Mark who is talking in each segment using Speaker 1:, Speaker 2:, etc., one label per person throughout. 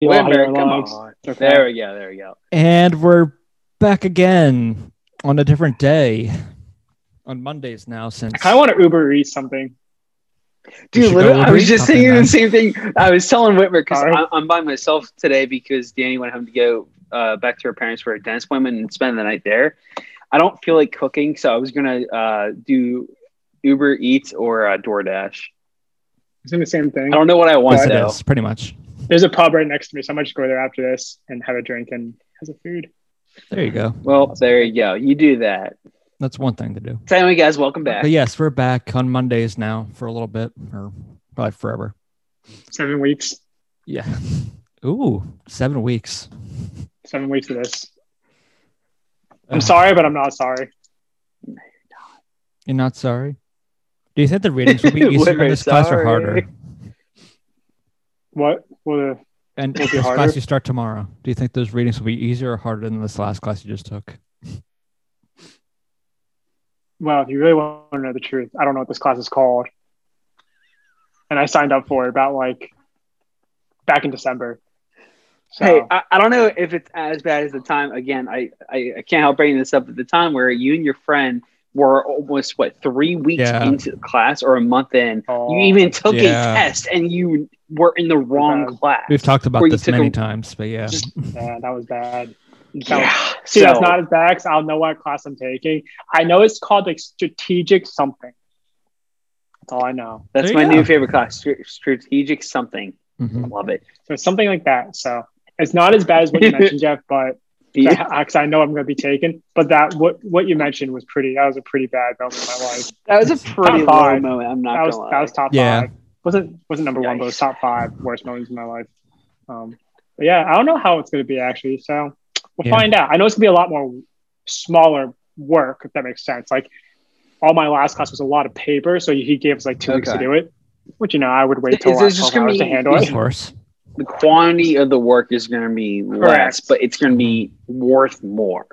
Speaker 1: The
Speaker 2: Lindbergh,
Speaker 1: audio
Speaker 2: come
Speaker 1: logs.
Speaker 2: on.
Speaker 1: Okay.
Speaker 2: There we go. There we go.
Speaker 3: And we're back again on a different day. On Mondays now, since
Speaker 1: I kind of want to Uber Eats something.
Speaker 3: You
Speaker 2: Dude,
Speaker 3: should
Speaker 2: literally,
Speaker 3: go
Speaker 2: I was
Speaker 3: read
Speaker 2: just
Speaker 3: something,
Speaker 2: thinking
Speaker 3: man.
Speaker 2: the same thing. I was telling Whitmer because
Speaker 1: Alright.
Speaker 2: I'm by myself today because Danny went home to go uh, back to her parents for a dentist appointment and spend the night there. I don't feel like cooking, so I was gonna uh, do Uber Eats or uh, DoorDash.
Speaker 1: It's in the same thing.
Speaker 2: I don't know what I want
Speaker 3: Yes, it
Speaker 2: though.
Speaker 3: is, pretty much.
Speaker 1: There's a pub right next to me, so I might just go there after this and have a drink and have some food.
Speaker 3: There you go.
Speaker 2: Well, there you go. You do that.
Speaker 3: That's one thing to do.
Speaker 2: So anyway, guys, welcome back.
Speaker 3: But yes, we're back on Mondays now for a little bit, or probably forever.
Speaker 1: Seven weeks.
Speaker 3: Yeah. Ooh, seven weeks.
Speaker 1: Seven weeks of this. I'm
Speaker 3: Ugh.
Speaker 1: sorry, but I'm not sorry.
Speaker 3: You're not sorry. Do you think the readings will be easier in
Speaker 2: We're
Speaker 3: this class or harder?
Speaker 2: sorry.
Speaker 1: What? Well,
Speaker 3: And
Speaker 1: Will
Speaker 3: this
Speaker 1: it be harder?
Speaker 3: class you start tomorrow. Do you think those readings will be easier or harder than this last class you just took?
Speaker 1: well, if you really want to know the truth, I don't know what this class is called. And I signed up for it about like back in December. So
Speaker 2: Hey, I, I don't know if it's as bad as the time. Again, I, I, I can't help bringing this up at the time where you and your friend were almost what three weeks
Speaker 3: Yeah.
Speaker 2: into the class or a month in.
Speaker 1: Oh.
Speaker 2: you even took
Speaker 3: Yeah.
Speaker 2: a test and you were in the wrong
Speaker 1: Bad.
Speaker 2: class.
Speaker 3: We've talked about
Speaker 2: Or you
Speaker 3: this
Speaker 2: took
Speaker 3: many
Speaker 2: a-
Speaker 3: times, but yeah.
Speaker 1: Just- yeah, that was bad. That was
Speaker 2: Yeah.
Speaker 1: See,
Speaker 2: so,
Speaker 1: that's not as bad 'cause I'll know what class I'm taking. I know it's called like strategic something. That's all I know.
Speaker 2: that's
Speaker 3: There
Speaker 2: my
Speaker 3: you
Speaker 2: new
Speaker 3: go.
Speaker 2: favorite class, str- strategic something.
Speaker 3: Mhm.
Speaker 2: Love it.
Speaker 1: So it's something like that. So it's not as bad as what you mentioned, Jeff, but
Speaker 2: Yeah.
Speaker 1: because I know I'm going to be taken. But that what what you mentioned was pretty. That was a pretty bad moment in my life.
Speaker 2: That was a pretty
Speaker 1: Top
Speaker 2: low
Speaker 1: five.
Speaker 2: moment. I'm not
Speaker 1: That was
Speaker 2: gonna lie.
Speaker 1: that was top
Speaker 3: Yeah.
Speaker 1: five. wasn't wasn't number one, but it was
Speaker 2: Yikes.
Speaker 1: top five worst moments in my life. Um, but yeah, I don't know how it's going to be actually. So we'll
Speaker 3: Yeah.
Speaker 1: find out. I know it's going to be a lot more smaller work if that makes sense. Like all my last class was a lot of paper, so he gave us like two weeks to
Speaker 2: Okay.
Speaker 1: do it. Which you know I would wait till
Speaker 2: Is
Speaker 1: last
Speaker 2: this just
Speaker 1: twelve
Speaker 2: gonna
Speaker 1: hours to
Speaker 2: be-
Speaker 1: handle
Speaker 3: Of
Speaker 1: it.
Speaker 3: course.
Speaker 2: the quantity of the work is gonna be less,
Speaker 1: Correct.
Speaker 2: but it's gonna be worth more.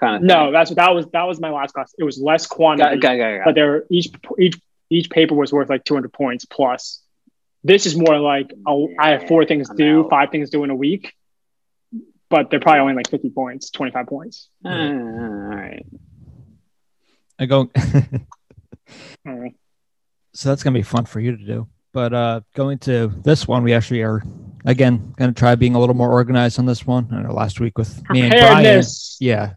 Speaker 2: Kind of
Speaker 1: No, that's that was that was my last class. It was less quantity.
Speaker 2: Got, got, got, got.
Speaker 1: but there were- each each each paper was worth like 200 points plus this is more like oh, i have four things to do
Speaker 2: Yeah.
Speaker 1: five things to do in a week but they're probably only like 50 points 25 points
Speaker 2: Uh, all right.
Speaker 3: I go
Speaker 1: I don't know.
Speaker 3: so that's gonna be fun for you to do. But uh going to this one, we actually are again gonna try being a little more organized on this one. I know last week with me and Brian.
Speaker 1: preparedness
Speaker 3: Yeah.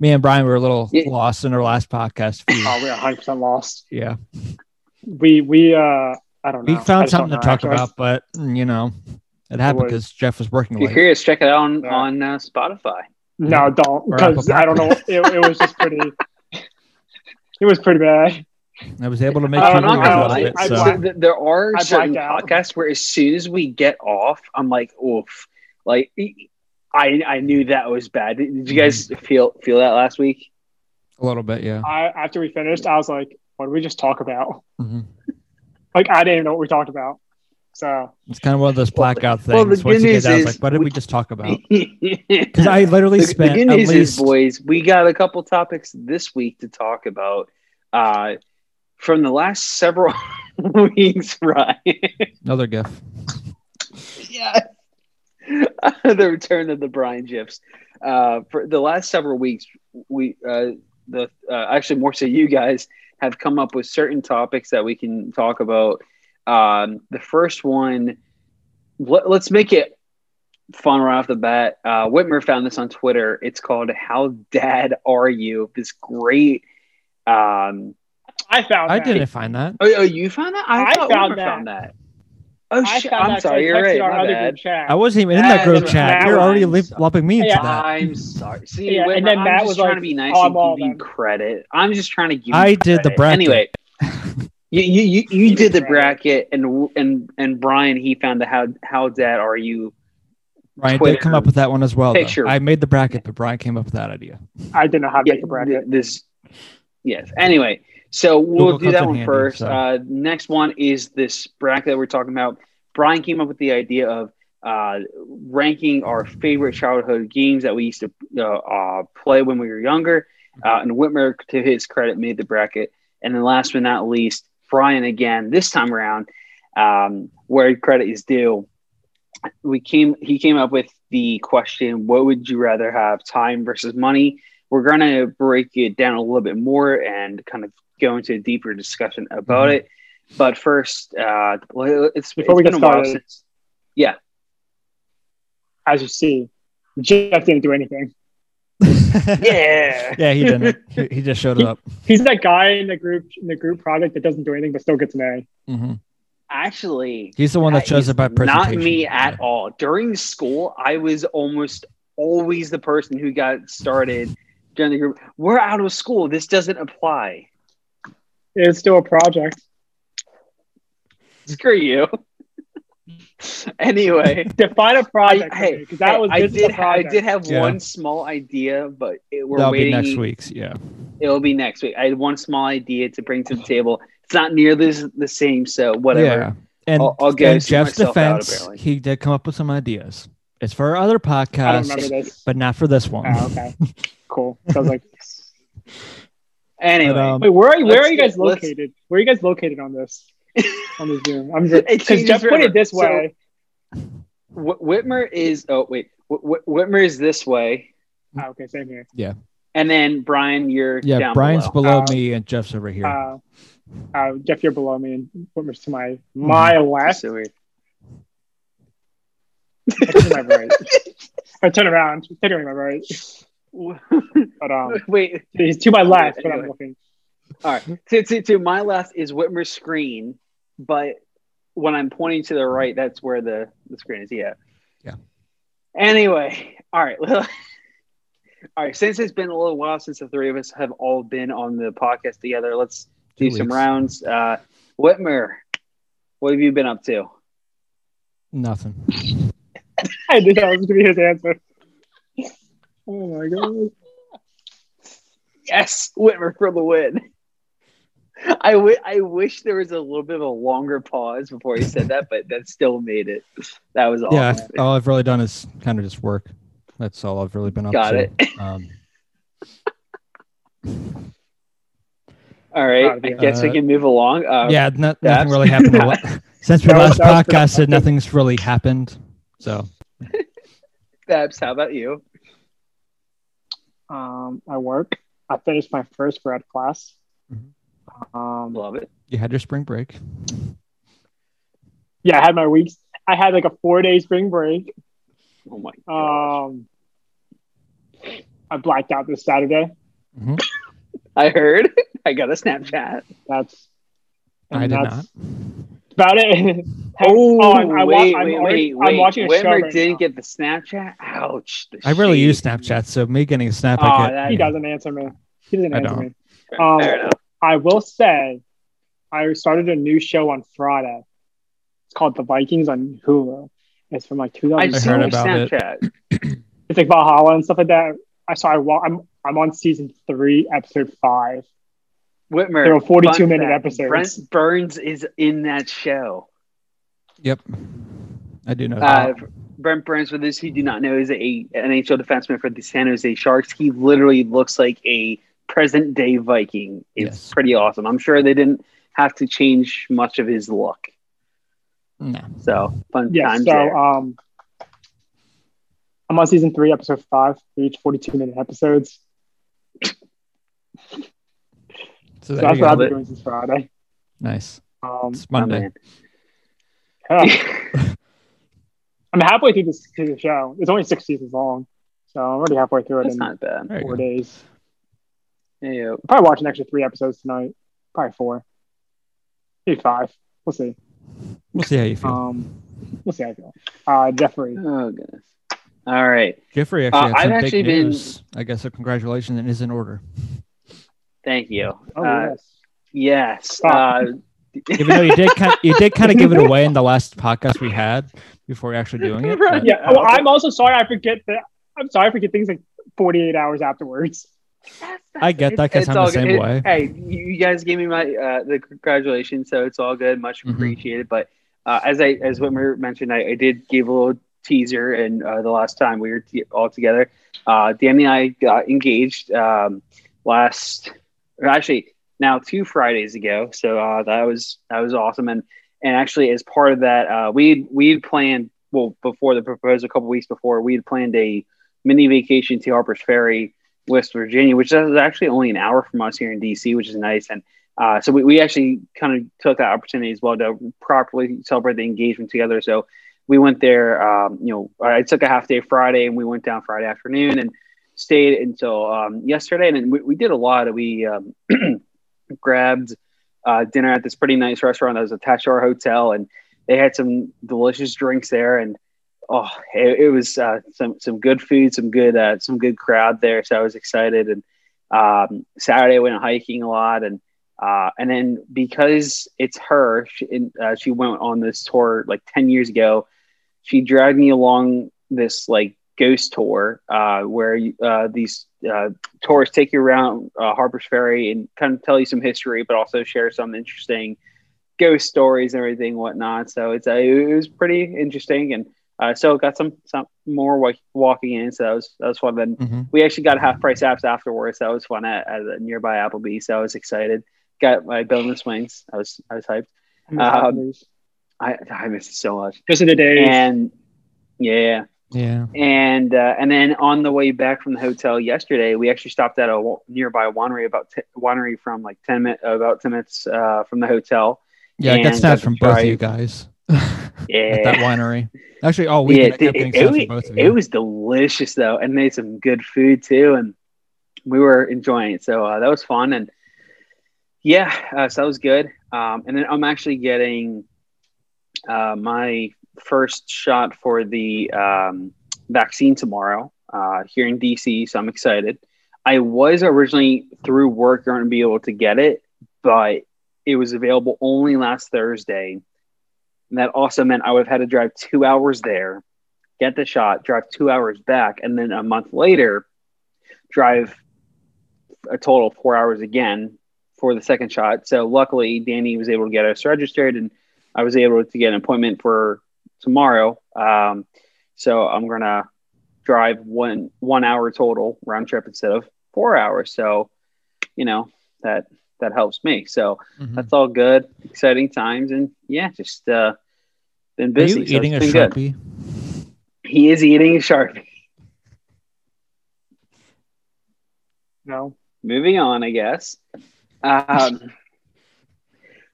Speaker 3: Me and Brian were a little
Speaker 2: Yeah.
Speaker 3: lost in our last podcast. feed.
Speaker 1: oh we're 100% lost
Speaker 3: yeah.
Speaker 1: we we uh i don't know
Speaker 3: We
Speaker 1: I
Speaker 3: found
Speaker 1: just don't
Speaker 3: something to
Speaker 1: know,
Speaker 3: talk
Speaker 1: actually.
Speaker 3: about, but mm, you know, it happened
Speaker 1: was-
Speaker 3: because Jeff was working
Speaker 2: If you're
Speaker 3: late.
Speaker 2: curious, check it out on,
Speaker 1: Yeah.
Speaker 2: on uh, Spotify.
Speaker 1: no don't
Speaker 3: Or Apple
Speaker 1: because i don't know it, it was just pretty it was pretty bad
Speaker 3: I was able to make
Speaker 1: I
Speaker 3: you
Speaker 1: don't
Speaker 2: I'm
Speaker 1: know,
Speaker 3: move
Speaker 2: not
Speaker 1: I don't
Speaker 2: gonna
Speaker 3: a little
Speaker 2: lie.
Speaker 3: bit.
Speaker 1: I-
Speaker 3: So
Speaker 1: I-
Speaker 2: Th- there are
Speaker 1: I
Speaker 2: certain
Speaker 1: blacked out.
Speaker 2: podcasts where as soon as we get off, I'm like, oof, like e- I I knew that was bad. Did did you guys
Speaker 3: Mm-hmm.
Speaker 2: feel feel that last week?
Speaker 3: a little bit, yeah.
Speaker 1: I, after we finished i was like what did we just talk about
Speaker 3: Mhm.
Speaker 1: like i didn't even know what we talked about so
Speaker 3: It's kind of one of those
Speaker 2: Well,
Speaker 3: blackout
Speaker 2: well, the
Speaker 3: things. Once you
Speaker 2: good
Speaker 3: get out,
Speaker 2: news
Speaker 3: it's like,
Speaker 2: is
Speaker 3: what did
Speaker 2: we-
Speaker 3: we just talk about? Because
Speaker 2: Because
Speaker 3: I literally spent
Speaker 2: the good
Speaker 3: at
Speaker 2: news is,
Speaker 3: least
Speaker 2: boys, we got a couple topics this week to talk about uh, from the last several weeks, right?
Speaker 3: another gif.
Speaker 2: yeah. the return of the Brian Gifs. Uh, for the last several weeks, we uh, the uh, actually more so you guys have come up with certain topics that we can talk about. Um, the first one, let, let's make it fun right off the bat. Uh, Whitmer found this on Twitter. It's called "How Dad Are You?" This great. Um,
Speaker 1: i found
Speaker 3: I
Speaker 1: that.
Speaker 3: didn't find that.
Speaker 2: oh, oh, you found that?
Speaker 1: I
Speaker 2: thought
Speaker 1: found
Speaker 2: Whitmer
Speaker 1: that.
Speaker 2: found that. Oh,
Speaker 1: I
Speaker 2: sh-
Speaker 1: found
Speaker 2: I'm
Speaker 1: that 'cause I
Speaker 2: sorry. You're
Speaker 1: texted
Speaker 2: right.
Speaker 1: Our
Speaker 2: My
Speaker 1: other
Speaker 2: bad.
Speaker 1: group chat.
Speaker 3: I wasn't even in that
Speaker 2: That
Speaker 3: group
Speaker 1: was-
Speaker 3: chat.
Speaker 1: that
Speaker 3: You're already li-
Speaker 2: was-
Speaker 3: lumping me into
Speaker 1: Yeah.
Speaker 3: that.
Speaker 2: I'm sorry. See,
Speaker 1: Yeah,
Speaker 2: Whitmer,
Speaker 1: and then
Speaker 2: I'm
Speaker 1: Matt
Speaker 2: just
Speaker 1: was
Speaker 2: trying
Speaker 1: like,
Speaker 2: to be nice
Speaker 1: "Oh,
Speaker 2: and
Speaker 1: I'm all
Speaker 2: give you
Speaker 1: done."
Speaker 2: credit. I'm just trying to give.
Speaker 3: I
Speaker 2: you
Speaker 3: did the
Speaker 2: credit.
Speaker 3: bracket.
Speaker 2: Anyway, you you you, you
Speaker 1: You
Speaker 2: did the
Speaker 1: did
Speaker 2: bracket, and and and Brian he found the how how dad are you?
Speaker 3: Brian
Speaker 2: Twitter
Speaker 3: did come up with that one as well. though.
Speaker 2: picture.
Speaker 3: I made the bracket, but Brian came up with that idea.
Speaker 1: I didn't know how to
Speaker 2: Yeah,
Speaker 1: make a bracket.
Speaker 2: this. Yes. Anyway, so we'll
Speaker 3: Google
Speaker 2: do
Speaker 3: comes in
Speaker 2: that one
Speaker 3: handy,
Speaker 2: first.
Speaker 3: so.
Speaker 2: Uh, next one is this bracket that we're talking about. Brian came up with the idea of uh, ranking our favorite childhood games that we used to uh, uh, play when we were younger. Uh, and Whitmer, to his credit, made the bracket. And then last but not least, Brian again, this time around, um, where credit is due. we came he came up with the question what would you rather have time versus money we're going to break it down a little bit more and kind of go into a deeper discussion about it but first uh well, it's,
Speaker 1: Mm-hmm. Before
Speaker 2: it's
Speaker 1: we
Speaker 2: been
Speaker 1: get
Speaker 2: a while
Speaker 1: started.
Speaker 2: since yeah
Speaker 1: As you see, Jeff didn't do anything.
Speaker 2: yeah
Speaker 3: yeah, he didn't. He, he just showed up.
Speaker 1: He's that guy in the group in the group project that doesn't do anything but still gets an A.
Speaker 3: hmm
Speaker 2: actually
Speaker 3: He's the one that shows
Speaker 2: is
Speaker 3: up by
Speaker 2: not
Speaker 3: presentation.
Speaker 2: me at all during school i was almost always the person who got started during the group we're out of school this doesn't apply
Speaker 1: It's still a project.
Speaker 2: screw you anyway
Speaker 1: Define a project.
Speaker 2: hey,
Speaker 1: because that
Speaker 2: Hey,
Speaker 1: was
Speaker 2: I
Speaker 1: this is
Speaker 2: did
Speaker 1: a
Speaker 2: I
Speaker 1: project.
Speaker 2: did have
Speaker 3: Yeah.
Speaker 2: one small idea, but it, we're
Speaker 3: That'll
Speaker 2: waiting.
Speaker 3: be next week's. Yeah.
Speaker 2: It'll be next week. I had one small idea to bring to the table. It's not nearly s- the same, so whatever.
Speaker 3: And
Speaker 2: I'll- I'll go
Speaker 3: in
Speaker 2: see
Speaker 3: Jeff's
Speaker 2: myself out,
Speaker 3: defense,
Speaker 2: apparently.
Speaker 3: he did come up with some ideas. It's for our other
Speaker 1: I don't
Speaker 3: podcast,
Speaker 1: remember this.
Speaker 3: but not for this one.
Speaker 1: Oh, okay. Cool. So I was like,
Speaker 2: Anyway,
Speaker 3: But, um,
Speaker 1: wait, where are, where
Speaker 2: Let's
Speaker 1: are you guys
Speaker 2: get- let's-
Speaker 1: located? Where are you guys located on this? on this Zoom? I'm
Speaker 2: It
Speaker 1: because
Speaker 2: changes
Speaker 1: Jeff put
Speaker 2: forever.
Speaker 1: it this
Speaker 2: So-
Speaker 1: way.
Speaker 2: Wh- Whitmer is. Oh wait, Wh- Wh- Whitmer is this way,
Speaker 1: Ah, okay, same here.
Speaker 2: and then Brian, you're
Speaker 3: Yeah,
Speaker 2: down
Speaker 3: Brian's
Speaker 2: below.
Speaker 3: below
Speaker 1: Uh,
Speaker 3: me and Jeff's over here.
Speaker 1: Uh, uh, Jeff, you're below me, and Whitmer's to my
Speaker 2: Hmm.
Speaker 1: my
Speaker 2: That's
Speaker 1: left.
Speaker 2: so weird.
Speaker 1: Actually, my right. I turn around. He's Technically, my right. But um,
Speaker 2: wait,
Speaker 1: he's to my left. But I'm
Speaker 2: Anyway.
Speaker 1: looking.
Speaker 2: to, to, to my left is Whitmer's screen, but when I'm pointing to the right, that's where the, the screen is. Yeah.
Speaker 3: Yeah.
Speaker 2: Anyway, all right. all right. Since it's been a little while since the three of us have all been on the podcast together, let's do
Speaker 3: Two
Speaker 2: some
Speaker 3: weeks.
Speaker 2: rounds. Uh, Whitmer, what have you been up to?
Speaker 3: Nothing.
Speaker 1: I knew that was gonna be his answer. Oh my god!
Speaker 2: Yes, Whitmer for the win. I wi- I wish there was a little bit of a longer pause before he said that, but that still made it. That was awesome.
Speaker 3: Yeah, I've, all I've really done is kind of just work. That's all I've really been up
Speaker 2: Got
Speaker 3: to.
Speaker 2: it.
Speaker 3: Um,
Speaker 2: All right,
Speaker 1: Proud of
Speaker 2: I
Speaker 1: you.
Speaker 2: guess we
Speaker 3: Uh,
Speaker 2: can move along. Uh,
Speaker 3: yeah, no,
Speaker 2: that's-
Speaker 3: nothing really happened. The la- Since we
Speaker 1: That
Speaker 3: last
Speaker 1: was- that was pretty
Speaker 3: podcasted,
Speaker 1: much it.
Speaker 3: nothing's really happened. So
Speaker 2: Babs, how about you?
Speaker 1: Um, I work. I finished my first grad class.
Speaker 3: Mhm.
Speaker 2: Mm-hmm.
Speaker 1: Um,
Speaker 2: Love it.
Speaker 3: you had your spring break.
Speaker 1: yeah, I had my weeks. I had like a four day spring break.
Speaker 2: Oh my god,
Speaker 1: Um, I blacked out this Saturday.
Speaker 2: I heard. I got a Snapchat.
Speaker 1: That's
Speaker 3: I did
Speaker 1: that's
Speaker 3: not.
Speaker 1: About it.
Speaker 2: Oh,
Speaker 1: I'm- I wa-
Speaker 2: wait,
Speaker 1: I'm
Speaker 2: wait,
Speaker 1: already-
Speaker 2: wait,
Speaker 1: I'm
Speaker 2: wait.
Speaker 1: watching a show
Speaker 2: Whitmer
Speaker 1: right
Speaker 2: didn't
Speaker 1: now.
Speaker 2: get the Snapchat. Ouch. the
Speaker 3: I really
Speaker 2: shade.
Speaker 3: use Snapchat, so me getting a snap,
Speaker 2: Aw,
Speaker 3: I get.
Speaker 2: that-
Speaker 1: he doesn't answer me. He doesn't
Speaker 3: I
Speaker 1: answer
Speaker 3: don't.
Speaker 1: me.
Speaker 2: Fair,
Speaker 1: um,
Speaker 2: fair enough.
Speaker 1: I will say, I started a new show on Friday. It's called The Vikings on Hulu. It's from like
Speaker 2: I
Speaker 1: 2000.
Speaker 2: just
Speaker 3: heard
Speaker 2: heard
Speaker 3: about it.
Speaker 2: Snapchat.
Speaker 1: It's like Valhalla and stuff like that. I saw. I wa- I'm I'm on season three, episode five.
Speaker 2: Whitmer.
Speaker 1: There were 42
Speaker 2: fun
Speaker 1: minute
Speaker 2: fact,
Speaker 1: episodes.
Speaker 2: Brent Burns is in that show.
Speaker 3: Yep, I do know.
Speaker 2: Uh,
Speaker 3: that.
Speaker 2: Brent Burns, for those who do not know, is a an NHL defenseman for the San Jose Sharks. He literally looks like a present day Viking. It's
Speaker 3: Yes.
Speaker 2: pretty awesome. I'm sure they didn't have to change much of his look.
Speaker 3: No.
Speaker 2: So fun
Speaker 1: Yeah.
Speaker 2: times
Speaker 1: so
Speaker 2: there.
Speaker 3: uh,
Speaker 1: um, I'm on season three, episode five. For each 42 minute episodes.
Speaker 3: So
Speaker 1: So
Speaker 3: there
Speaker 1: that's
Speaker 3: you go.
Speaker 1: what I've
Speaker 2: Lit.
Speaker 1: been doing since Friday.
Speaker 3: Nice.
Speaker 1: Um,
Speaker 3: It's
Speaker 2: My
Speaker 3: Monday.
Speaker 2: man.
Speaker 1: yeah. I'm halfway through this through the show. It's only six seasons long, so I'm already halfway through it
Speaker 2: That's
Speaker 1: in
Speaker 2: not bad. oh,
Speaker 3: There you
Speaker 1: four
Speaker 3: go.
Speaker 1: days.
Speaker 2: Yeah.
Speaker 1: I'll probably watch an extra three episodes tonight. Probably four. Maybe five. We'll see.
Speaker 3: We'll see how you feel.
Speaker 1: Um, we'll see how I feel. Uh, Jeffrey.
Speaker 2: Oh goodness. All right.
Speaker 3: Jeffrey
Speaker 2: uh,
Speaker 3: actually had some
Speaker 2: I've actually
Speaker 3: big
Speaker 2: been-
Speaker 3: news. I guess a congratulations is in order.
Speaker 2: Thank you.
Speaker 1: Oh,
Speaker 2: uh,
Speaker 1: yes.
Speaker 2: yes.
Speaker 1: Oh.
Speaker 2: Uh,
Speaker 3: Even though you did, kind you did kind of give it away in the last podcast we had before actually doing it. but-
Speaker 1: Yeah. Oh, I'm also sorry. I forget that. I'm sorry. I forget things like 48 hours afterwards.
Speaker 2: That's-
Speaker 3: I get that 'cause
Speaker 2: it's
Speaker 3: I'm the
Speaker 2: all good.
Speaker 3: same
Speaker 2: It-
Speaker 3: way.
Speaker 2: Hey, you you guys gave me my uh, the congratulations, so it's all good, much
Speaker 3: Mhm.
Speaker 2: appreciated. But uh, as I as Whitmer mentioned, I, I did give a little teaser, and uh, the last time we were t- all together, uh, Danny and I got engaged um, last, or actually now two Fridays ago. So uh, that was that was awesome, and and actually as part of that, uh, we we had planned well before the proposal a couple weeks before we had planned a mini vacation to Harper's Ferry, West Virginia, which is actually only an hour from us here in DC, which is nice. And uh, so we, we actually kind of took that opportunity as well to properly celebrate the engagement together. So we went there. Um, you know, I took a half day Friday, and we went down Friday afternoon and stayed until um, yesterday. And we, we, did a lot. We um, grabbed uh, dinner at this pretty nice restaurant that was attached to our hotel, and they had some delicious drinks there. And oh, it, it was uh, some some good food, some good uh, some good crowd there. So I was excited. And um, Saturday I went hiking a lot, and uh, and then because it's her, she, and, uh, she went on this tour like ten years ago. She dragged me along this like ghost tour uh, where you, these uh, tourists take you around uh, Harper's Ferry and kind of tell you some history, but also share some interesting ghost stories and everything whatnot. So it's uh, it was pretty interesting and. Uh, so got some some more like walking in, so that was that was fun. Then mm-hmm. we actually got half price apps afterwards. So that was fun at, at a nearby Applebee's. So I was excited. Got my boneless wings. I was I was hyped. I um, I, I missed it so much.
Speaker 1: Just in the days.
Speaker 2: And yeah,
Speaker 3: yeah.
Speaker 2: And uh, and then on the way back from the hotel yesterday, we actually stopped at a nearby winery about t- winery from like ten minutes about ten minutes uh, from the hotel.
Speaker 3: Yeah, I got snaps from both of you guys.
Speaker 2: yeah.
Speaker 3: that winery. Actually, oh, all weekend yeah, it, it,
Speaker 2: it, it, was delicious though, and made some good food too, and we were enjoying it. So uh, that was fun, and yeah, uh, so that was good. Um, and then I'm actually getting uh, my first shot for the um, vaccine tomorrow uh, here in DC, so I'm excited. I was originally through work going to be able to get it, but it was available only last Thursday. And that also meant I would have had to drive two hours there, get the shot, drive two hours back, and then a month later, drive a total of four hours again for the second shot. So luckily, Danny was able to get us registered, and I was able to get an appointment for tomorrow. Um, so I'm gonna drive one one hour total round trip instead of four hours. So you know that that helps me. So
Speaker 3: Hmm.
Speaker 2: mm-hmm. that's all good, exciting times, and yeah, just uh, been busy.
Speaker 3: Are you eating so a sharpie?
Speaker 2: Good. He is eating a sharpie.
Speaker 1: No.
Speaker 2: Moving on, I guess. Um,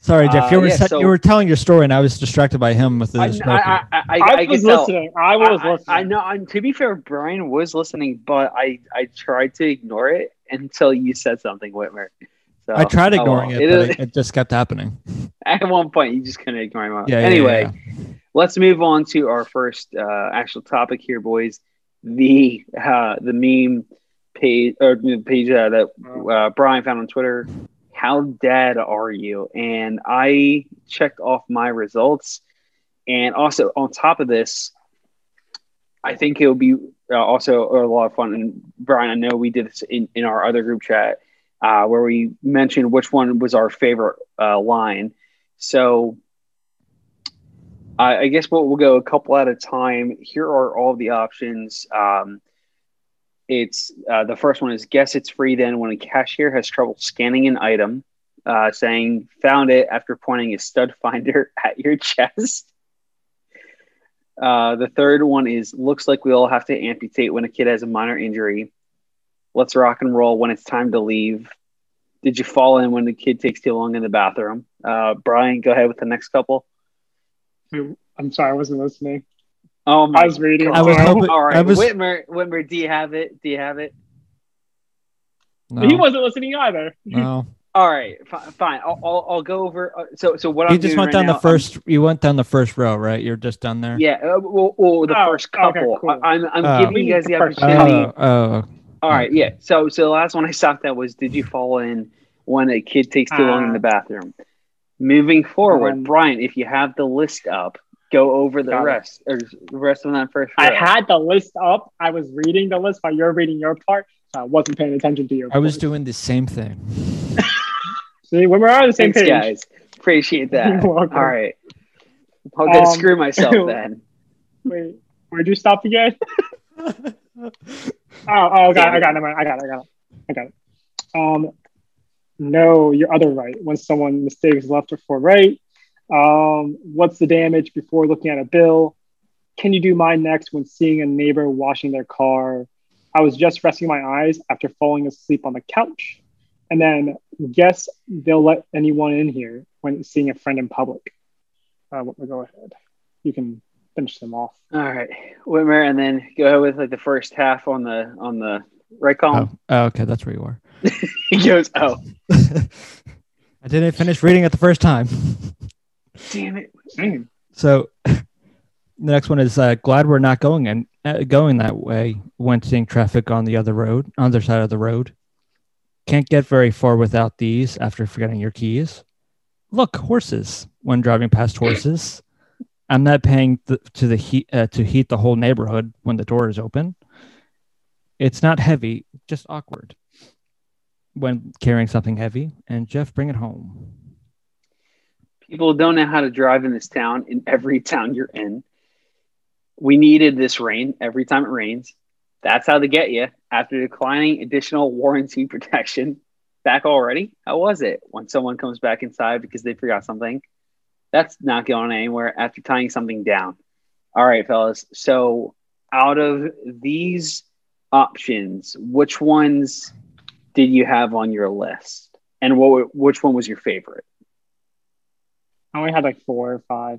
Speaker 3: Sorry, Jeff. You were, uh, yeah, so, you were telling your story, and I was distracted by him with the
Speaker 2: I,
Speaker 3: sharpie.
Speaker 2: I, I, I
Speaker 1: was listening.
Speaker 2: Tell,
Speaker 1: I was listening.
Speaker 2: I know. And to be fair, Brian was listening, but I I tried to ignore it until you said something, Whitmer. So,
Speaker 3: I tried ignoring oh, well. it, it, is, it, just kept happening.
Speaker 2: At one point, you just couldn't ignore him. Yeah, anyway, yeah, yeah. let's move on to our first uh, actual topic here, boys. The uh, the meme page or page uh, that Brian found on Twitter. How dad are you? And I checked off my results. And also on top of this, I think it'll be uh, also a lot of fun. And Brian, I know we did this in, in our other group chat. Uh, where we mentioned which one was our favorite uh, line. So I, I guess we'll, we'll, go a couple at a time. Here are all the options. Um, it's uh, the first one is guess it's free then when a cashier has trouble scanning an item, uh, saying found it after pointing a stud finder at your chest. Uh, the third one is looks like we all have to amputate when a kid has a minor injury let's rock and roll when it's time to leave. Did you fall in when the kid takes too long in the bathroom? Uh, Brian, go ahead with the next couple.
Speaker 1: I'm sorry, I wasn't listening.
Speaker 2: Oh my
Speaker 1: I was reading.
Speaker 2: I was hoping, All right, was... Whitmer, Whitmer, do you have it? Do you have it?
Speaker 1: No. He wasn't listening either.
Speaker 3: No.
Speaker 2: All right, f- fine. I'll, I'll, I'll, go over. Uh, so, so what
Speaker 3: you
Speaker 2: I'm
Speaker 3: just
Speaker 2: went
Speaker 3: right down
Speaker 2: now,
Speaker 3: the 1st you went down the first row, right? You're just down there.
Speaker 2: Yeah. Uh, well, well, the
Speaker 1: oh,
Speaker 2: first couple.
Speaker 1: Okay, cool.
Speaker 2: I, am I'm, I'm giving you guys the opportunity.
Speaker 3: oh.
Speaker 2: All right, yeah. So, so the last one I stopped at was, did you fall in when a kid takes too long uh, in the bathroom? Moving forward, um, Brian, if you have the list up, go over the rest it. or the rest of that first.
Speaker 1: I row. had the list up. I was reading the list while you're reading your part. So I wasn't paying attention to your. I
Speaker 3: part. was doing the same thing.
Speaker 1: See, when we're on the same page,
Speaker 2: Thanks, guys, appreciate that. All right, I'm gonna um, screw myself then.
Speaker 1: Wait, where'd you stop again? oh, oh, God, I got it. I got it. I got it. I got it. Um, no, your other right. When someone mistakes left for right, um, what's the damage before looking at a bill? Can you do mine next when seeing a neighbor washing their car? I was just resting my eyes after falling asleep on the couch. And then guess they'll let anyone in here when seeing a friend in public. Uh, we'll go ahead. You can finish them off.
Speaker 2: All right, Whitmer, and then go ahead with like the first half on the on the right
Speaker 3: Oh,
Speaker 2: column.
Speaker 3: oh, okay, that's where you are.
Speaker 2: he goes, "Oh,
Speaker 3: I didn't finish reading it the first time.
Speaker 2: damn it!"
Speaker 1: Mm.
Speaker 3: So the next one is uh, glad we're not going and uh, going that way when seeing traffic on the other road, on the other side of the road. Can't get very far without these after forgetting your keys. Look, horses when driving past horses. I'm not paying th- to the heat uh, to heat the whole neighborhood when the door is open. It's not heavy, just awkward when carrying something heavy. And Jeff, bring it home.
Speaker 2: People don't know how to drive in this town. In every town you're in, we needed this rain every time it rains. That's how they get you. After declining additional warranty protection, back already. How was it when someone comes back inside because they forgot something? That's not going anywhere. After tying something down. All right, fellas. So out of these options, which ones did you have on your list, and what which one was your favorite?
Speaker 1: I only had like four or five.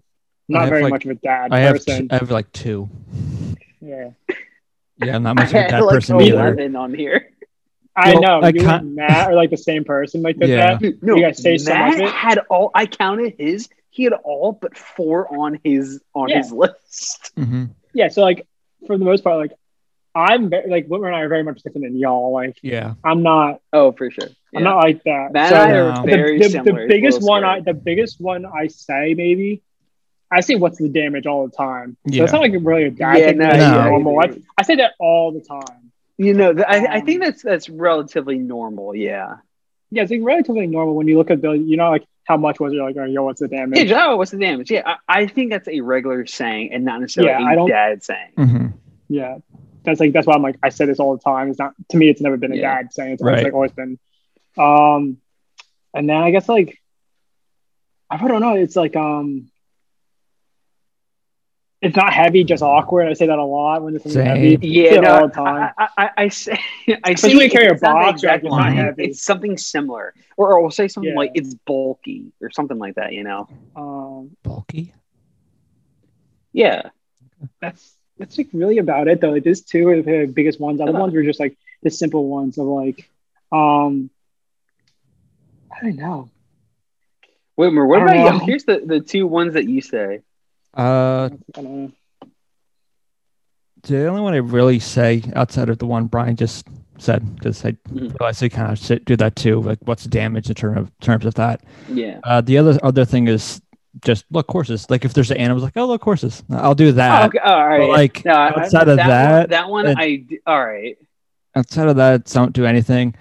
Speaker 3: I
Speaker 1: Not
Speaker 3: have,
Speaker 1: very
Speaker 3: like-
Speaker 1: much of a dad
Speaker 3: I have t- uh,
Speaker 1: person.
Speaker 3: I have like two.
Speaker 1: yeah.
Speaker 3: Yeah, I'm not much of
Speaker 2: I
Speaker 3: a
Speaker 2: had,
Speaker 3: dad
Speaker 2: like, oh,
Speaker 3: person either.
Speaker 2: 11 on here.
Speaker 1: I
Speaker 3: Well,
Speaker 1: know.
Speaker 3: I
Speaker 1: you
Speaker 3: can't-
Speaker 1: and Matt are like the same person like that.
Speaker 3: Yeah.
Speaker 2: No,
Speaker 1: You guys say so much
Speaker 2: Matt
Speaker 1: of it.
Speaker 2: had all. I counted his. He had all but four on his on
Speaker 1: Yeah.
Speaker 2: his list.
Speaker 3: hmm
Speaker 1: Yeah. So like for the most part, like I'm ve- like Whitmer and I are very much different than y'all. Like
Speaker 3: Yeah.
Speaker 1: I'm not.
Speaker 2: Oh, for sure. Yeah.
Speaker 1: I'm not like that.
Speaker 2: Matt
Speaker 1: so
Speaker 2: and I are
Speaker 3: No.
Speaker 1: the,
Speaker 2: very
Speaker 1: the,
Speaker 2: similar.
Speaker 1: the
Speaker 2: It's a
Speaker 1: biggest
Speaker 2: little
Speaker 1: one I
Speaker 2: scary.
Speaker 1: the biggest one I say maybe I say what's the damage all the time. So
Speaker 3: Yeah.
Speaker 1: it's not like really a bad
Speaker 2: Yeah,
Speaker 1: thing.
Speaker 2: no,
Speaker 1: that's
Speaker 3: yeah,
Speaker 1: normal.
Speaker 2: yeah.
Speaker 1: I, I say that all the time.
Speaker 2: you know, th- I, I
Speaker 1: Um,
Speaker 2: think that's that's relatively normal. Yeah.
Speaker 1: Yeah, it's like relatively normal when you look at the you know like how much was it like oh yo what's the damage?
Speaker 2: Yeah. Java, what's the damage? Yeah, I, I think that's a regular saying and not necessarily
Speaker 1: Yeah,
Speaker 2: a
Speaker 1: I don't-
Speaker 2: dad saying.
Speaker 3: hmm
Speaker 1: Yeah. That's like that's why I'm like I say this all the time. It's not to me it's never been a
Speaker 2: Yeah.
Speaker 1: dad saying it's always,
Speaker 3: Right.
Speaker 1: like always been. Um and then I guess like I don't know, it's like um it's not heavy, just awkward. I say that a lot when it's
Speaker 3: Same.
Speaker 1: heavy.
Speaker 2: Yeah,
Speaker 1: Yeah,
Speaker 2: no,
Speaker 1: all the time.
Speaker 2: I, I, I, I say, I
Speaker 1: Especially
Speaker 2: see
Speaker 1: when you carry a
Speaker 2: it's not the
Speaker 1: box or
Speaker 2: exact
Speaker 1: it's
Speaker 3: not
Speaker 2: line,
Speaker 1: heavy.
Speaker 2: It's something similar, or, or we'll say something
Speaker 1: Yeah.
Speaker 2: like it's bulky or something like that. You know?
Speaker 1: Um
Speaker 3: Bulky.
Speaker 2: Yeah.
Speaker 1: that's that's like really about it though. Like these two are the biggest ones. Other
Speaker 2: Uh-huh.
Speaker 1: ones were just like the simple ones of like um I don't know.
Speaker 2: Whitmer, what
Speaker 1: I don't
Speaker 2: about
Speaker 1: know.
Speaker 2: you? Here's the, the two ones that you say.
Speaker 3: Uh,
Speaker 1: I don't know.
Speaker 3: the only one I really say outside of the one Brian just said, because I
Speaker 2: Mhm.
Speaker 3: realized I kind of sit, do that too. Like, what's the damage in terms of terms of that?
Speaker 2: Yeah.
Speaker 3: Uh, the other other thing is just look horses. Like, if there's an animal, like, oh look horses, I'll do that.
Speaker 2: oh, okay. All right.
Speaker 3: like,
Speaker 2: no, I-
Speaker 3: outside of that,
Speaker 2: that one,
Speaker 3: it-
Speaker 2: that one I. d- All right.
Speaker 3: outside of that, don't do anything.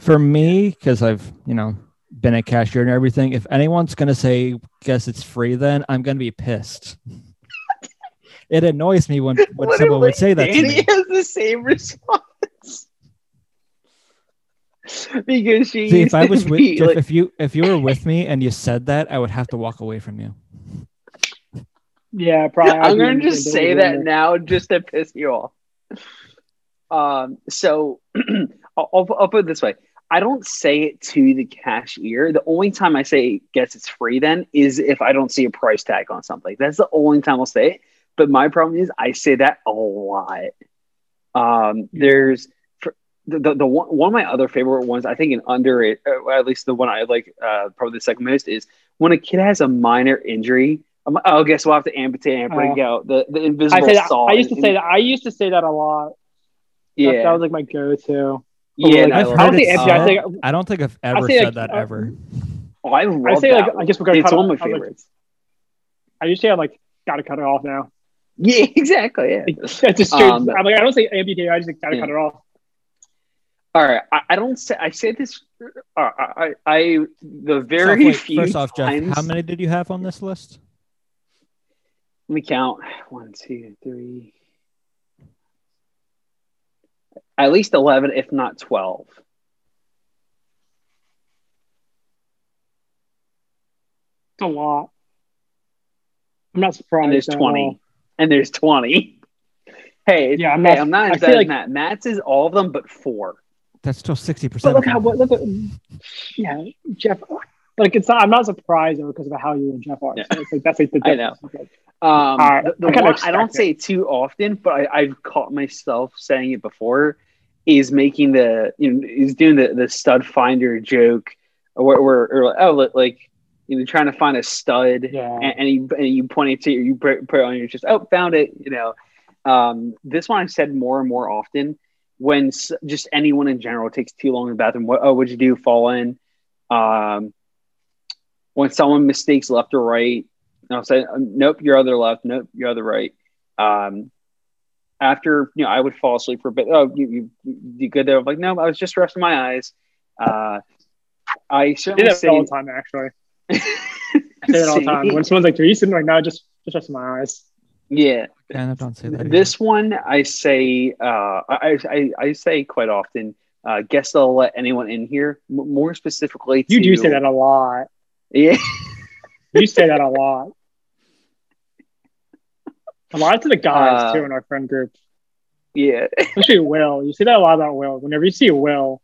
Speaker 3: For me, because I've you know been a cashier and everything. If anyone's gonna say, "Guess it's free," then I'm gonna be pissed. it annoys me when when
Speaker 2: Literally,
Speaker 3: someone would say that to
Speaker 2: Danny
Speaker 3: me.
Speaker 2: has the same response. because she.
Speaker 3: See,
Speaker 2: used
Speaker 3: if I
Speaker 2: to
Speaker 3: was with
Speaker 2: be
Speaker 3: Jeff,
Speaker 2: like-
Speaker 3: if you if you were with me and you said that, I would have to walk away from you.
Speaker 1: Yeah, probably.
Speaker 2: I'm gonna just say that now just to piss you off. Um, so I'll, I'll, I'll put it this way. I don't say it to the cashier. The only time I say guess it's free then is if I don't see a price tag on something. That's the only time I'll say it. But my problem is I say that a lot. Um, there's for, the, the the one one of my other favorite ones. I think an under it, or at least the one I like, uh, probably the second most is when a kid has a minor injury. I'm, like, oh, guess we'll have to amputate and bring out the the
Speaker 1: Oh. I
Speaker 2: invisible
Speaker 1: say that,
Speaker 2: saw.
Speaker 1: I used to
Speaker 2: and-
Speaker 1: say that. I used to say that a lot.
Speaker 2: Yeah,
Speaker 1: That, that was like my go-to.
Speaker 2: yeah.
Speaker 1: like,
Speaker 2: no,
Speaker 1: I
Speaker 3: I've
Speaker 1: don't
Speaker 2: love
Speaker 3: heard
Speaker 2: it.
Speaker 1: think
Speaker 3: it
Speaker 1: if you- I
Speaker 3: said.
Speaker 1: think-
Speaker 3: I don't think I've ever
Speaker 1: say,
Speaker 3: said
Speaker 1: like,
Speaker 3: that
Speaker 1: uh,
Speaker 3: ever.
Speaker 2: Oh, I
Speaker 1: I
Speaker 2: love
Speaker 1: say
Speaker 2: that.
Speaker 1: like, I
Speaker 2: one.
Speaker 1: guess we're gonna
Speaker 2: it's
Speaker 1: cut
Speaker 2: one of
Speaker 1: off.
Speaker 2: my
Speaker 1: I was like,
Speaker 2: favorites.
Speaker 1: I used to have like, gotta cut it off now.
Speaker 2: yeah, exactly. Yeah.
Speaker 1: Yeah, just straight.
Speaker 2: Um,
Speaker 1: I'm like, I don't say amputee. I just like, gotta
Speaker 2: yeah.
Speaker 1: cut it off.
Speaker 2: All right. I, I don't say. I say this. Uh, I, I I the
Speaker 3: First
Speaker 2: very
Speaker 3: off, wait,
Speaker 2: few
Speaker 3: first off, Jeff,
Speaker 2: times.
Speaker 3: how many did you have on this list?
Speaker 2: Let me count. One, two, three. At least 11, if not 12.
Speaker 1: It's a lot. I'm not surprised.
Speaker 2: And there's
Speaker 1: at
Speaker 2: 20.
Speaker 1: all.
Speaker 2: and there's 20. Hey,
Speaker 1: Yeah, I'm
Speaker 2: hey,
Speaker 1: not-
Speaker 2: I'm not
Speaker 1: I
Speaker 2: as bad
Speaker 1: feel
Speaker 2: as
Speaker 1: like-
Speaker 2: Matt. Matt's is all of them but four.
Speaker 3: That's still sixty percent.
Speaker 1: But look how what look at yeah, Jeff. Like it's not, I'm not surprised though because of how you and Jeff are.
Speaker 2: Yeah.
Speaker 1: So it's like that's like the
Speaker 2: I
Speaker 1: difference. It's like,
Speaker 2: Um,
Speaker 1: right,
Speaker 2: the- the
Speaker 1: I kinda
Speaker 2: one I
Speaker 1: expect
Speaker 2: don't
Speaker 1: it.
Speaker 2: say it too often, but I, I've caught myself saying it before. Is making the you know is doing the, the stud finder joke, or, or, or oh li- like you know trying to find a stud,
Speaker 1: Yeah.
Speaker 2: and, and you and you point it to you put put it on your chest. Oh, found it. You know, um, this one I've said more and more often when s- just anyone in general takes too long in the bathroom. What, oh, what'd you do? Fall in. Um, when someone mistakes left or right, and I'll say, "Um, nope, your other left, nope, your other right. Um, after, you know, I would fall asleep for a bit. Oh, you, you, you good there? I'm like, no, I was just resting my eyes. Uh, I
Speaker 1: I do
Speaker 2: certainly
Speaker 1: that
Speaker 2: say,
Speaker 1: all the time actually. I say it all the time. When someone's like, "Are you sitting right now?" Just just rest my eyes.
Speaker 2: yeah,
Speaker 3: And I don't say that. either.
Speaker 2: This one I say uh, I, I I say quite often. Uh, guess I'll let anyone in here. M- more specifically,
Speaker 1: You do
Speaker 2: to-
Speaker 1: say that a lot.
Speaker 2: Yeah,
Speaker 1: You say that a lot. A lot to the guys
Speaker 2: Uh,
Speaker 1: too in our friend group,
Speaker 2: yeah,
Speaker 1: especially Will. You say that a lot about Will. Whenever you see Will,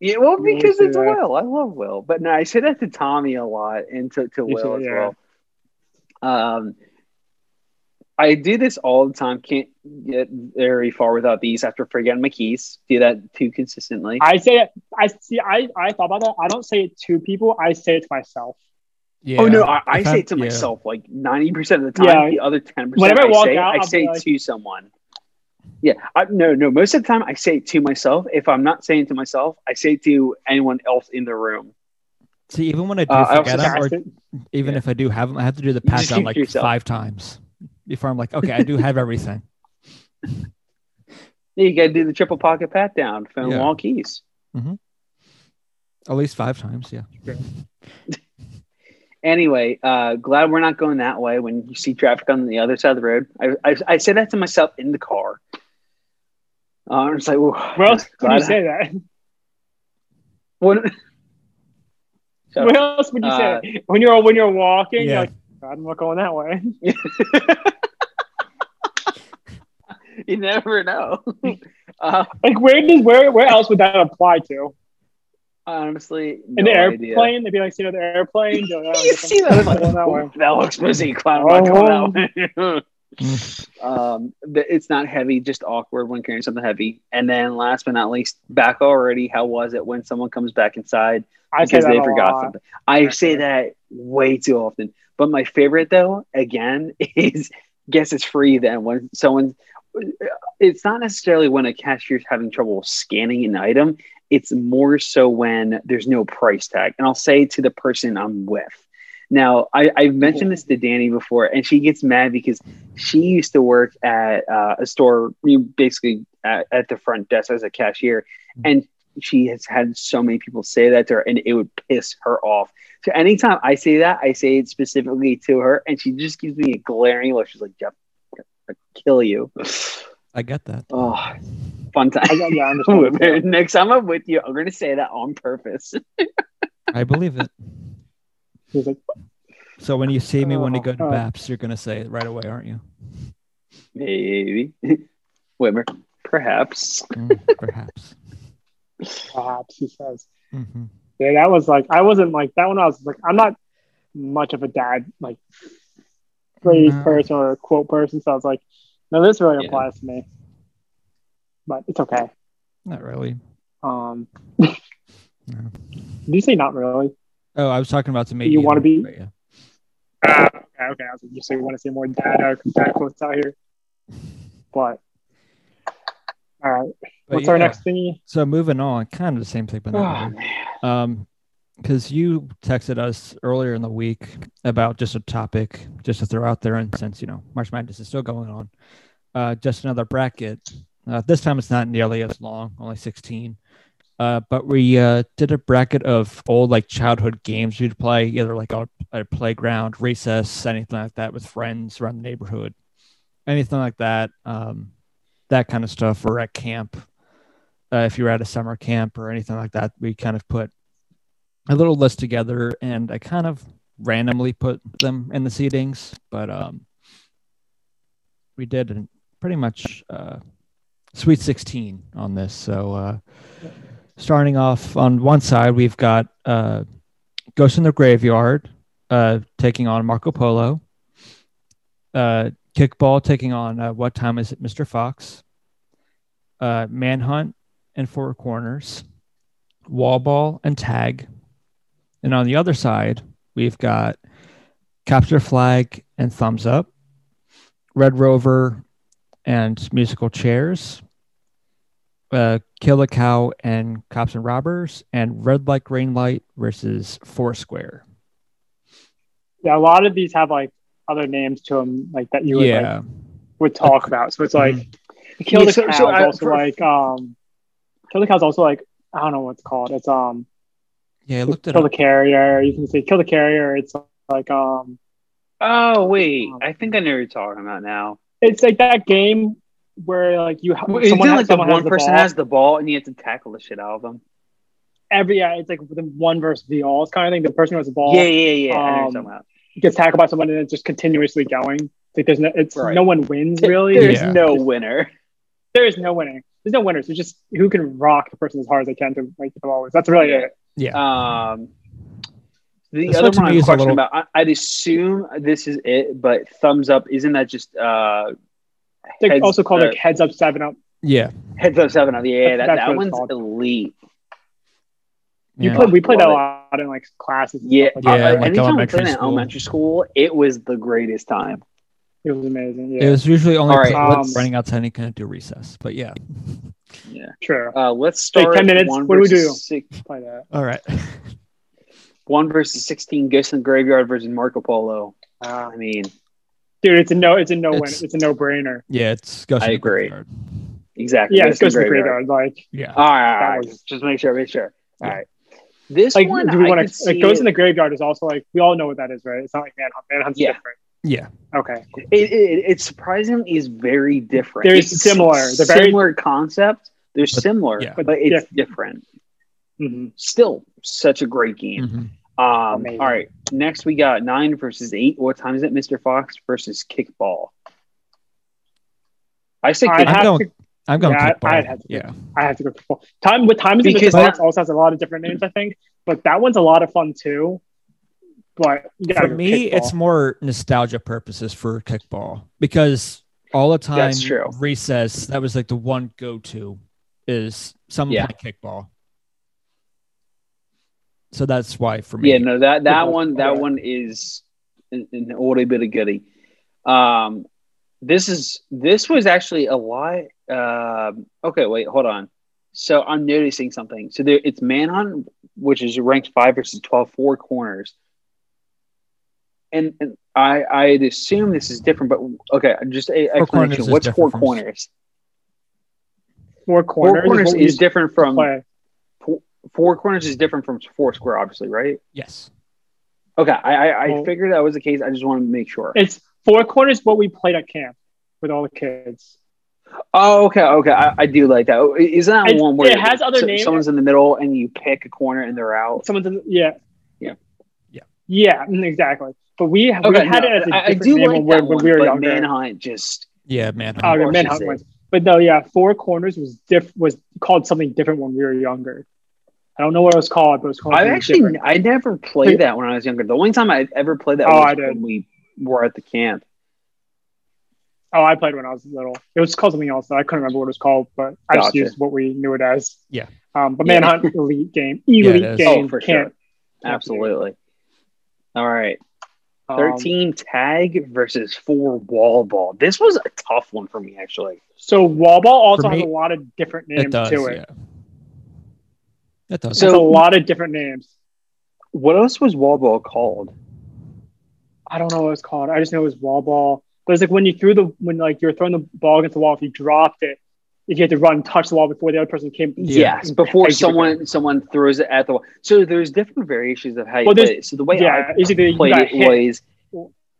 Speaker 2: yeah. Well,
Speaker 1: You
Speaker 2: because
Speaker 1: say
Speaker 2: it's
Speaker 1: that.
Speaker 2: Will. I love Will, but no, I say that to Tommy a lot and to, to
Speaker 1: You
Speaker 2: Will
Speaker 1: say-
Speaker 2: as
Speaker 1: yeah.
Speaker 2: well. Um, I do this all the time. Can't get very far without these. After forgetting my keys, do that too consistently.
Speaker 1: I say it. I see. I I thought about that. I don't say it to people. I say it to myself.
Speaker 3: Yeah.
Speaker 2: Oh no, I, I
Speaker 3: If
Speaker 2: say
Speaker 3: I'm-
Speaker 2: it to
Speaker 3: yeah.
Speaker 2: myself like ninety percent of the time.
Speaker 1: Yeah.
Speaker 2: The other ten percent,
Speaker 1: Whenever I
Speaker 2: I,
Speaker 1: walk
Speaker 2: say,
Speaker 1: out,
Speaker 2: I
Speaker 1: I'll be
Speaker 2: say it
Speaker 1: like-
Speaker 2: to someone. Yeah, I, no, no. Most of the time, I say it to myself. If I'm not saying it to myself, I say it to anyone else in the room.
Speaker 3: See, even when I do
Speaker 2: Uh, I also
Speaker 3: forget 'em
Speaker 1: Pass
Speaker 3: or
Speaker 1: it.
Speaker 3: even
Speaker 2: Yeah.
Speaker 3: if I do have them, I have to do
Speaker 2: You
Speaker 3: the
Speaker 2: just
Speaker 3: pass down
Speaker 2: keep
Speaker 3: like
Speaker 2: to yourself.
Speaker 3: five times before I'm like, okay, I do have everything.
Speaker 2: Yeah, you got to do the triple pocket pat down, phone
Speaker 3: Yeah.
Speaker 2: wall keys.
Speaker 3: At least five times, yeah.
Speaker 2: Anyway, uh, glad we're not going that way. When you see traffic on the other side of the road, I, I, I say that to myself in the car. Uh, I'm just like, "Ooh,
Speaker 1: Where else would
Speaker 2: glad
Speaker 1: you
Speaker 2: I-
Speaker 1: say that?
Speaker 2: What- Shut
Speaker 1: Where else would you
Speaker 2: Uh,
Speaker 1: say that? When you're when you're walking, you're
Speaker 3: Yeah.
Speaker 1: like, "God, I'm not going that way.
Speaker 2: you never know. uh,
Speaker 1: Like where does where where else would that apply to?
Speaker 2: honestly, no
Speaker 1: In the
Speaker 2: idea.
Speaker 1: airplane, they'd be like, you know, the airplane. You're like, "Oh,
Speaker 2: You
Speaker 1: I'm
Speaker 2: see that?
Speaker 1: not
Speaker 2: I'm like,
Speaker 1: going that way.
Speaker 2: That looks busy. Clown, I'm
Speaker 1: Oh.
Speaker 2: not going that way. um, th- it's not heavy, just awkward when carrying something heavy. And then, last but not least, back already. How was it when someone comes back inside
Speaker 1: I say
Speaker 2: because
Speaker 1: that
Speaker 2: they
Speaker 1: a
Speaker 2: forgot
Speaker 1: lot.
Speaker 2: something? I say that way too often. But my favorite, though, again, is guess it's free. Then when someone, it's not necessarily when a cashier's having trouble scanning an item. It's more so when there's no price tag, and I'll say to the person I'm with. Now, I, I've mentioned this to Danny before, and she gets mad because she used to work at uh, a store, you know, basically at, at the front desk as a cashier, and she has had so many people say that to her, and it would piss her off. So anytime I say that, I say it specifically to her, and she just gives me a glaring look. She's like, "Jeff, I kill you."
Speaker 3: I get that.
Speaker 2: Oh, fun
Speaker 1: I,
Speaker 2: time.
Speaker 1: got- yeah, I understand.
Speaker 2: Next time I'm with you, I'm gonna say that on purpose.
Speaker 3: I believe it.
Speaker 1: He's like,
Speaker 3: So when you see me when you
Speaker 1: Oh,
Speaker 3: go to
Speaker 1: oh.
Speaker 3: BAPS, you're gonna say it right away, aren't you?
Speaker 2: Maybe, Wimmer, perhaps.
Speaker 3: Mm, perhaps.
Speaker 1: perhaps he says.
Speaker 3: Mhm.
Speaker 1: Yeah, that was like I wasn't like that one. I was like I'm not much of a dad like phrase
Speaker 3: No.
Speaker 1: person or quote person, so I was like, no, this really
Speaker 2: Yeah.
Speaker 1: applies to me. But it's okay.
Speaker 3: Not really.
Speaker 1: Um,
Speaker 3: No.
Speaker 1: did you say not really?
Speaker 3: Oh, I was talking about to me.
Speaker 1: You
Speaker 3: either,
Speaker 1: wanna be-
Speaker 3: but yeah.
Speaker 1: Ah, okay, okay. I was like, you say you want to see more dad uh, dad quotes out here, but all right.
Speaker 3: But
Speaker 1: What's our
Speaker 3: yeah.
Speaker 1: next Ah. thingy? Oh,
Speaker 3: So moving on, kind of the same thing, but not really. um because you texted us earlier in the week about just a topic just to throw out there and since you know march madness is still going on uh just another bracket uh, this time it's not nearly as long only 16 uh but we uh did a bracket of old like childhood games you'd play either like on a playground recess anything like that with friends around the neighborhood anything like that um that kind of stuff or at camp uh, if you were at a summer camp or anything like that we kind of put a little list together and I kind of randomly put them in the seedings, but um we did and pretty much uh, Sweet 16 on this. So uh, starting off on one side, we've got uh, Ghost in the Graveyard uh, taking on Marco Polo. Uh, Kickball taking on uh, What Time Is It, Mr. Fox? Uh, Manhunt and Four Corners. Wall Ball and Tag. And on the other side, we've got Capture Flag and Thumbs Up. Red Rover and Musical Chairs. Uh, Kill a Cow and Cops and Robbers. And Red Light, Green Light versus Foursquare.
Speaker 1: Yeah, a lot of these have like other names to them, like that you would like,
Speaker 3: yeah.
Speaker 1: would talk about. So it's like Kill
Speaker 2: Yeah,
Speaker 1: the
Speaker 2: so-
Speaker 1: Cow
Speaker 2: so
Speaker 1: is
Speaker 2: I-
Speaker 1: also
Speaker 2: for-
Speaker 1: like um Kill the Cow's also like I don't know what it's called. It's um
Speaker 3: yeah, I looked it
Speaker 1: Kill
Speaker 3: up.
Speaker 1: the Carrier. You can say Kill the Carrier. It's like um
Speaker 2: Oh wait, I think I know what you're talking about now.
Speaker 1: it's like that game where like you ha-
Speaker 2: Is it
Speaker 1: someone, has,
Speaker 2: like the
Speaker 1: someone
Speaker 2: one
Speaker 1: has the
Speaker 2: person
Speaker 1: ball.
Speaker 2: has the ball and you have to tackle the shit out of them?
Speaker 1: every yeah, it's like the one versus the all kind of thing. The person who has the ball
Speaker 2: Yeah, yeah, yeah. I know what you're
Speaker 1: um,
Speaker 2: talking about.
Speaker 1: gets tackled by someone and it's just continuously going. Like there's no it's
Speaker 2: Right.
Speaker 1: no one wins really.
Speaker 2: There's
Speaker 3: Yeah.
Speaker 2: no winner.
Speaker 1: There is no winning. There's no winners. It's just who can rock the person as hard as they can to like get the ball. wins. That's really
Speaker 2: Yeah.
Speaker 1: it.
Speaker 3: Yeah.
Speaker 2: Um, the
Speaker 3: This
Speaker 2: other
Speaker 3: one to
Speaker 2: one
Speaker 3: me
Speaker 2: I'm
Speaker 3: is a
Speaker 2: questioning
Speaker 3: little-
Speaker 2: about, I, I'd assume this is it, but thumbs up, isn't that just uh,
Speaker 1: They're
Speaker 2: Heads-
Speaker 1: also called
Speaker 2: uh,
Speaker 1: like heads up, seven up.
Speaker 3: yeah.
Speaker 2: heads up seven up? Yeah,
Speaker 1: That's-
Speaker 2: that,
Speaker 1: that's what
Speaker 2: that
Speaker 1: it's
Speaker 2: one's
Speaker 1: called.
Speaker 2: elite.
Speaker 1: You
Speaker 3: yeah.
Speaker 1: play, we played that
Speaker 2: Love
Speaker 1: a
Speaker 2: it.
Speaker 1: lot in like classes. and
Speaker 2: Yeah,
Speaker 1: stuff like
Speaker 2: I-
Speaker 1: that.
Speaker 2: I-
Speaker 3: like
Speaker 2: anytime I
Speaker 3: elementary
Speaker 2: played in
Speaker 3: school.
Speaker 2: elementary school, it was the greatest time.
Speaker 1: it was amazing.
Speaker 3: It
Speaker 1: Yeah,
Speaker 3: was usually only
Speaker 2: All right,
Speaker 3: pl-
Speaker 1: let's-
Speaker 3: running outside and kind of do recess. But yeah.
Speaker 2: Yeah.
Speaker 1: true.
Speaker 2: Uh, let's
Speaker 1: Hey,
Speaker 2: start.
Speaker 1: 10 minutes,
Speaker 2: One
Speaker 1: what do we
Speaker 2: versus
Speaker 1: do?
Speaker 2: Six,
Speaker 3: Uh,
Speaker 1: Play that.
Speaker 3: All right.
Speaker 2: one versus sixteen. Ghost in the Graveyard versus Marco Polo.
Speaker 1: Ah.
Speaker 2: I mean,
Speaker 1: Dude, it's a no. It's a no win.
Speaker 3: It's-
Speaker 1: It's a no brainer.
Speaker 3: Yeah, it's Ghost
Speaker 2: I
Speaker 3: in the
Speaker 2: agree.
Speaker 3: Graveyard.
Speaker 2: exactly.
Speaker 1: Yeah, it goes to the
Speaker 2: Graveyard.
Speaker 1: graveyard. Like,
Speaker 3: Yeah.
Speaker 2: All right, all right,
Speaker 1: That was-
Speaker 2: just make sure, make sure. All
Speaker 3: Yeah.
Speaker 2: right, this
Speaker 1: like
Speaker 2: one
Speaker 1: do we
Speaker 2: I
Speaker 1: want
Speaker 2: could
Speaker 1: to? Like,
Speaker 2: see
Speaker 1: goes
Speaker 2: it-
Speaker 1: in the graveyard is also like we all know what that is, right? It's not like manhunt. Manhunt's
Speaker 2: Yeah.
Speaker 1: different.
Speaker 3: Yeah.
Speaker 1: Okay.
Speaker 2: It, it, it surprisingly is very different.
Speaker 1: They're
Speaker 2: It's
Speaker 1: similar. They're very-
Speaker 2: similar concept. They're
Speaker 3: But-
Speaker 2: similar,
Speaker 3: yeah.
Speaker 2: but,
Speaker 1: But
Speaker 2: it's different.
Speaker 1: Mhm.
Speaker 2: Still, such a great game.
Speaker 3: Mhm.
Speaker 2: Um,
Speaker 1: Amazing.
Speaker 2: all right, next we got nine versus eight. What time is it, Mister Fox versus Kickball? I say
Speaker 1: I'd
Speaker 2: kickball.
Speaker 3: I'm
Speaker 1: have
Speaker 3: going.
Speaker 1: to-
Speaker 3: I'm going.
Speaker 1: yeah,
Speaker 3: kickball.
Speaker 1: I- I'd have to-
Speaker 3: yeah.
Speaker 1: I have to go for full. Time with time is
Speaker 2: Because-
Speaker 1: because Fox also has a lot of different names, I think. But that one's a lot of fun too. But you gotta
Speaker 3: For
Speaker 1: go
Speaker 3: me,
Speaker 1: kickball.
Speaker 3: it's more nostalgia purposes for kickball because all the time
Speaker 2: That's true.
Speaker 3: recess that was like the one go to is someone
Speaker 2: Yeah.
Speaker 3: play kickball. So that's why for me.
Speaker 2: Yeah, no that that
Speaker 1: Football.
Speaker 2: one that
Speaker 1: Yeah.
Speaker 2: one is an, an oldie bit of goodie. Um, this is this was actually a lot. Um, okay, wait, hold on. So I'm noticing something. So there, it's manhunt, which is ranked five versus 12, four corners. And, and I I'd assume this is different, but okay, just a
Speaker 3: Four corners
Speaker 2: explanation.
Speaker 3: is
Speaker 2: What's
Speaker 3: different
Speaker 2: four
Speaker 3: from-
Speaker 2: corners?
Speaker 1: four corners.
Speaker 2: Four corners
Speaker 1: what we
Speaker 2: is
Speaker 1: used to
Speaker 2: different from
Speaker 1: play.
Speaker 2: four corners is different from four square, obviously, right?
Speaker 3: Yes.
Speaker 2: Okay, I I, I
Speaker 1: Well-
Speaker 2: figured that was the case. I just want to make sure.
Speaker 1: It's four corners. What we played at camp with all the kids.
Speaker 2: Oh, okay, okay. I, I do like that. Is that
Speaker 1: It's-
Speaker 2: one where
Speaker 1: it has other
Speaker 2: so-
Speaker 1: names.
Speaker 2: Someone's in the middle, and you pick a corner, and they're out.
Speaker 1: Someone doesn't. Yeah.
Speaker 2: Yeah.
Speaker 3: Yeah.
Speaker 1: Yeah. mm, Exactly. But we, we
Speaker 2: Okay,
Speaker 1: had
Speaker 2: no,
Speaker 1: it as a
Speaker 2: I- I
Speaker 1: different
Speaker 2: do
Speaker 1: name
Speaker 2: like
Speaker 1: when, when
Speaker 2: that one,
Speaker 1: we were
Speaker 2: but
Speaker 1: younger.
Speaker 2: Manhunt just
Speaker 3: Yeah, man.
Speaker 1: Oh, yeah,
Speaker 2: Or
Speaker 1: Manhunt
Speaker 2: Shazam.
Speaker 1: ones. But no, yeah, Four Corners was diff was called something different when we were younger. I don't know what it was called, but it was called.
Speaker 2: I
Speaker 1: something
Speaker 2: actually
Speaker 1: different.
Speaker 2: I never played that when I was younger. The only time I ever played that
Speaker 1: Oh,
Speaker 2: was
Speaker 1: I did.
Speaker 2: when we were at the camp.
Speaker 1: Oh, I played when I was little. It was called something else. though. I couldn't remember what it was called, but I just
Speaker 2: Gotcha.
Speaker 1: used what we knew it as.
Speaker 3: Yeah.
Speaker 1: Um, but
Speaker 2: Yeah.
Speaker 1: Manhunt Elite game,
Speaker 3: it
Speaker 1: Elite
Speaker 3: is.
Speaker 1: game,
Speaker 2: oh, for
Speaker 1: can't.
Speaker 2: sure, absolutely. All right,
Speaker 1: um,
Speaker 2: thirteen tag versus four wall ball. This was a tough one for me actually.
Speaker 1: So wall ball also
Speaker 3: For me,
Speaker 1: has a lot of different names
Speaker 3: It does.
Speaker 1: to it.
Speaker 3: Yeah. It does.
Speaker 1: So
Speaker 2: So-
Speaker 1: a lot of different names.
Speaker 2: What else was wall ball called?
Speaker 1: I don't know what it was called. I just know it was wall ball. But it's like when you threw the when like you were throwing the ball against the wall, if you dropped it, if you had to run and touch the wall before the other person came.
Speaker 3: Yeah.
Speaker 2: Yes, before
Speaker 1: Thank you.
Speaker 2: someone someone throws it at the wall. So there's different variations of how you
Speaker 1: Well,
Speaker 2: play
Speaker 1: there's-
Speaker 2: it. So the way
Speaker 1: yeah,
Speaker 2: I
Speaker 1: it's either you
Speaker 2: played
Speaker 1: got
Speaker 2: it
Speaker 1: hit.
Speaker 2: was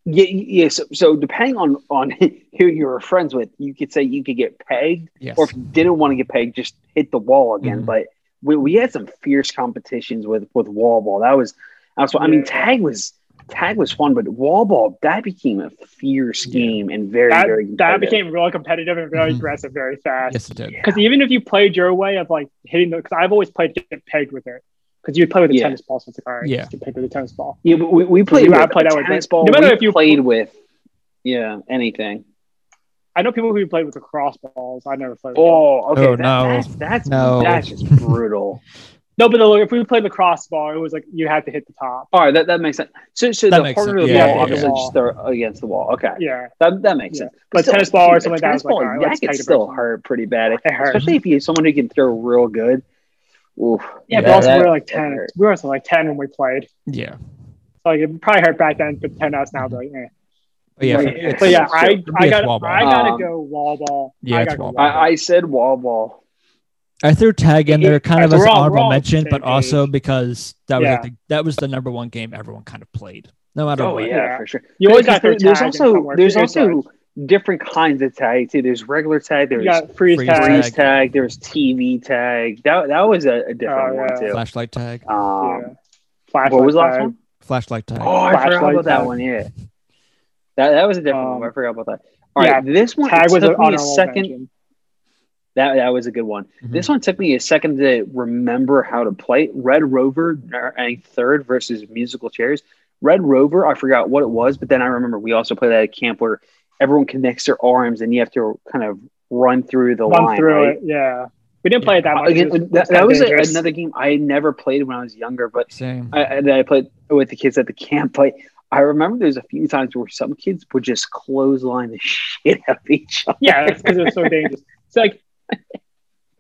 Speaker 2: yeah, yeah. So, so depending on on who you were friends with, you could say you could get pegged,
Speaker 3: yes.
Speaker 2: or if you didn't want to get pegged, just hit the wall again.
Speaker 1: Mm-hmm.
Speaker 3: Mhm.
Speaker 2: But we, we had some fierce competitions with with wall ball. That was that's what I mean.
Speaker 1: Yeah.
Speaker 2: Tag was tag was fun, but wall ball that became a fierce game and very
Speaker 1: That,
Speaker 2: very
Speaker 1: that
Speaker 2: competitive.
Speaker 1: became real competitive and very
Speaker 3: Mhm.
Speaker 1: aggressive very fast.
Speaker 3: Yes, it did.
Speaker 1: Because even if you played your way of like hitting the, because I've always played to get pegged with it. Because you would play with a
Speaker 2: Yeah.
Speaker 1: tennis ball, so it's like, all right,
Speaker 3: Yeah.
Speaker 1: just get pegged with a tennis ball.
Speaker 2: yeah. But we, we played
Speaker 1: You
Speaker 2: with
Speaker 1: have played
Speaker 2: a
Speaker 1: that with
Speaker 2: tennis
Speaker 1: it.
Speaker 2: ball.
Speaker 1: No matter
Speaker 2: we
Speaker 1: if you-
Speaker 2: played with yeah anything.
Speaker 1: I know people who played with lacrosse balls. I never played. With balls.
Speaker 2: Oh okay.
Speaker 3: Oh,
Speaker 2: that-
Speaker 3: no.
Speaker 2: that's that's,
Speaker 3: No.
Speaker 2: that's just brutal.
Speaker 1: No, but look, if we played lacrosse ball, it was like you had to hit the top.
Speaker 2: All right, that, that makes sense. So so
Speaker 3: That
Speaker 2: the
Speaker 3: makes
Speaker 2: harder
Speaker 3: sense.
Speaker 2: the
Speaker 1: Yeah,
Speaker 2: ball,
Speaker 1: yeah,
Speaker 2: obviously,
Speaker 1: yeah.
Speaker 2: just throw against the wall. Okay,
Speaker 1: Yeah,
Speaker 2: that, that makes
Speaker 1: Yeah.
Speaker 2: sense.
Speaker 1: But tennis ball or
Speaker 2: a
Speaker 1: something like that was
Speaker 2: tennis
Speaker 1: like,
Speaker 2: ball,
Speaker 1: all right, let's
Speaker 2: that could
Speaker 1: take it
Speaker 2: still
Speaker 1: personally.
Speaker 2: hurt pretty bad,
Speaker 1: it hurt.
Speaker 2: especially if you someone who can throw real good. Oof.
Speaker 1: Yeah, but
Speaker 3: Yeah,
Speaker 1: also
Speaker 2: that-
Speaker 1: we were like
Speaker 2: that
Speaker 1: ten.
Speaker 2: hurt.
Speaker 1: We were also like ten when we played.
Speaker 3: Yeah.
Speaker 1: So like it probably hurt back then, but ten us now. But like, eh.
Speaker 3: But yeah,
Speaker 2: Right.
Speaker 3: for- it's-
Speaker 1: but yeah, I
Speaker 3: true.
Speaker 1: I
Speaker 3: It's
Speaker 1: got
Speaker 3: wall ball.
Speaker 1: I gotta
Speaker 2: Um,
Speaker 1: go wall ball.
Speaker 3: Yeah,
Speaker 1: I
Speaker 3: it's
Speaker 1: gotta go
Speaker 3: wall ball.
Speaker 2: I, I said wall ball.
Speaker 3: I threw tag in there kind of
Speaker 1: We're
Speaker 3: as an
Speaker 1: all- we're all
Speaker 3: honorable
Speaker 1: on the
Speaker 3: mention,
Speaker 1: same
Speaker 3: but also
Speaker 1: page.
Speaker 3: because that was
Speaker 1: Yeah.
Speaker 3: like the, that was the number one game everyone kind of played, no matter
Speaker 2: Oh
Speaker 3: what.
Speaker 2: yeah,
Speaker 1: Yeah.
Speaker 2: for sure.
Speaker 1: You always got
Speaker 2: Because
Speaker 1: to
Speaker 2: there-
Speaker 1: throw
Speaker 2: there's
Speaker 1: tag in
Speaker 2: also
Speaker 1: somewhere.
Speaker 2: there's
Speaker 1: Free
Speaker 2: also different kinds of tag too. There's regular tag.
Speaker 1: You
Speaker 2: There's
Speaker 1: got freeze
Speaker 3: Freeze
Speaker 1: tag.
Speaker 2: freeze tag. There's TV tag. That that was a, a different
Speaker 1: Oh,
Speaker 2: one
Speaker 1: yeah.
Speaker 2: too.
Speaker 3: Flashlight tag,
Speaker 2: Um,
Speaker 1: yeah. Flashlight
Speaker 2: what was the last
Speaker 1: tag.
Speaker 2: one?
Speaker 3: flashlight tag.
Speaker 2: Oh, I forgot
Speaker 1: Flashlight
Speaker 2: about that
Speaker 1: tag.
Speaker 2: one. Yeah, that that was a different one.
Speaker 1: Um,
Speaker 2: I forgot about that. All right, this one
Speaker 1: Tag
Speaker 2: it
Speaker 1: was an
Speaker 2: took me a
Speaker 1: honorable
Speaker 2: second.
Speaker 1: mention.
Speaker 2: That that was a good one.
Speaker 3: Mhm.
Speaker 2: This one took me a second to remember how to play. Red Rover ranked third versus musical chairs. Red Rover, I forgot what it was, but then I remember we also played that at camp where everyone connects their arms and you have to kind of run through the
Speaker 1: Run
Speaker 2: line.
Speaker 1: through
Speaker 2: right?
Speaker 1: it. Yeah, we didn't play it that
Speaker 2: Uh,
Speaker 1: much.
Speaker 2: again,
Speaker 1: It was- it was
Speaker 2: that,
Speaker 1: kinda
Speaker 2: that was a-
Speaker 1: dangerous.
Speaker 2: another game I had never played when I was younger, but
Speaker 3: Same.
Speaker 2: I, I- that I played with the kids at the camp. But I remember there's a few times where some kids would just clothesline the shit out of each other.
Speaker 1: Yeah, it's because it was so dangerous. It's like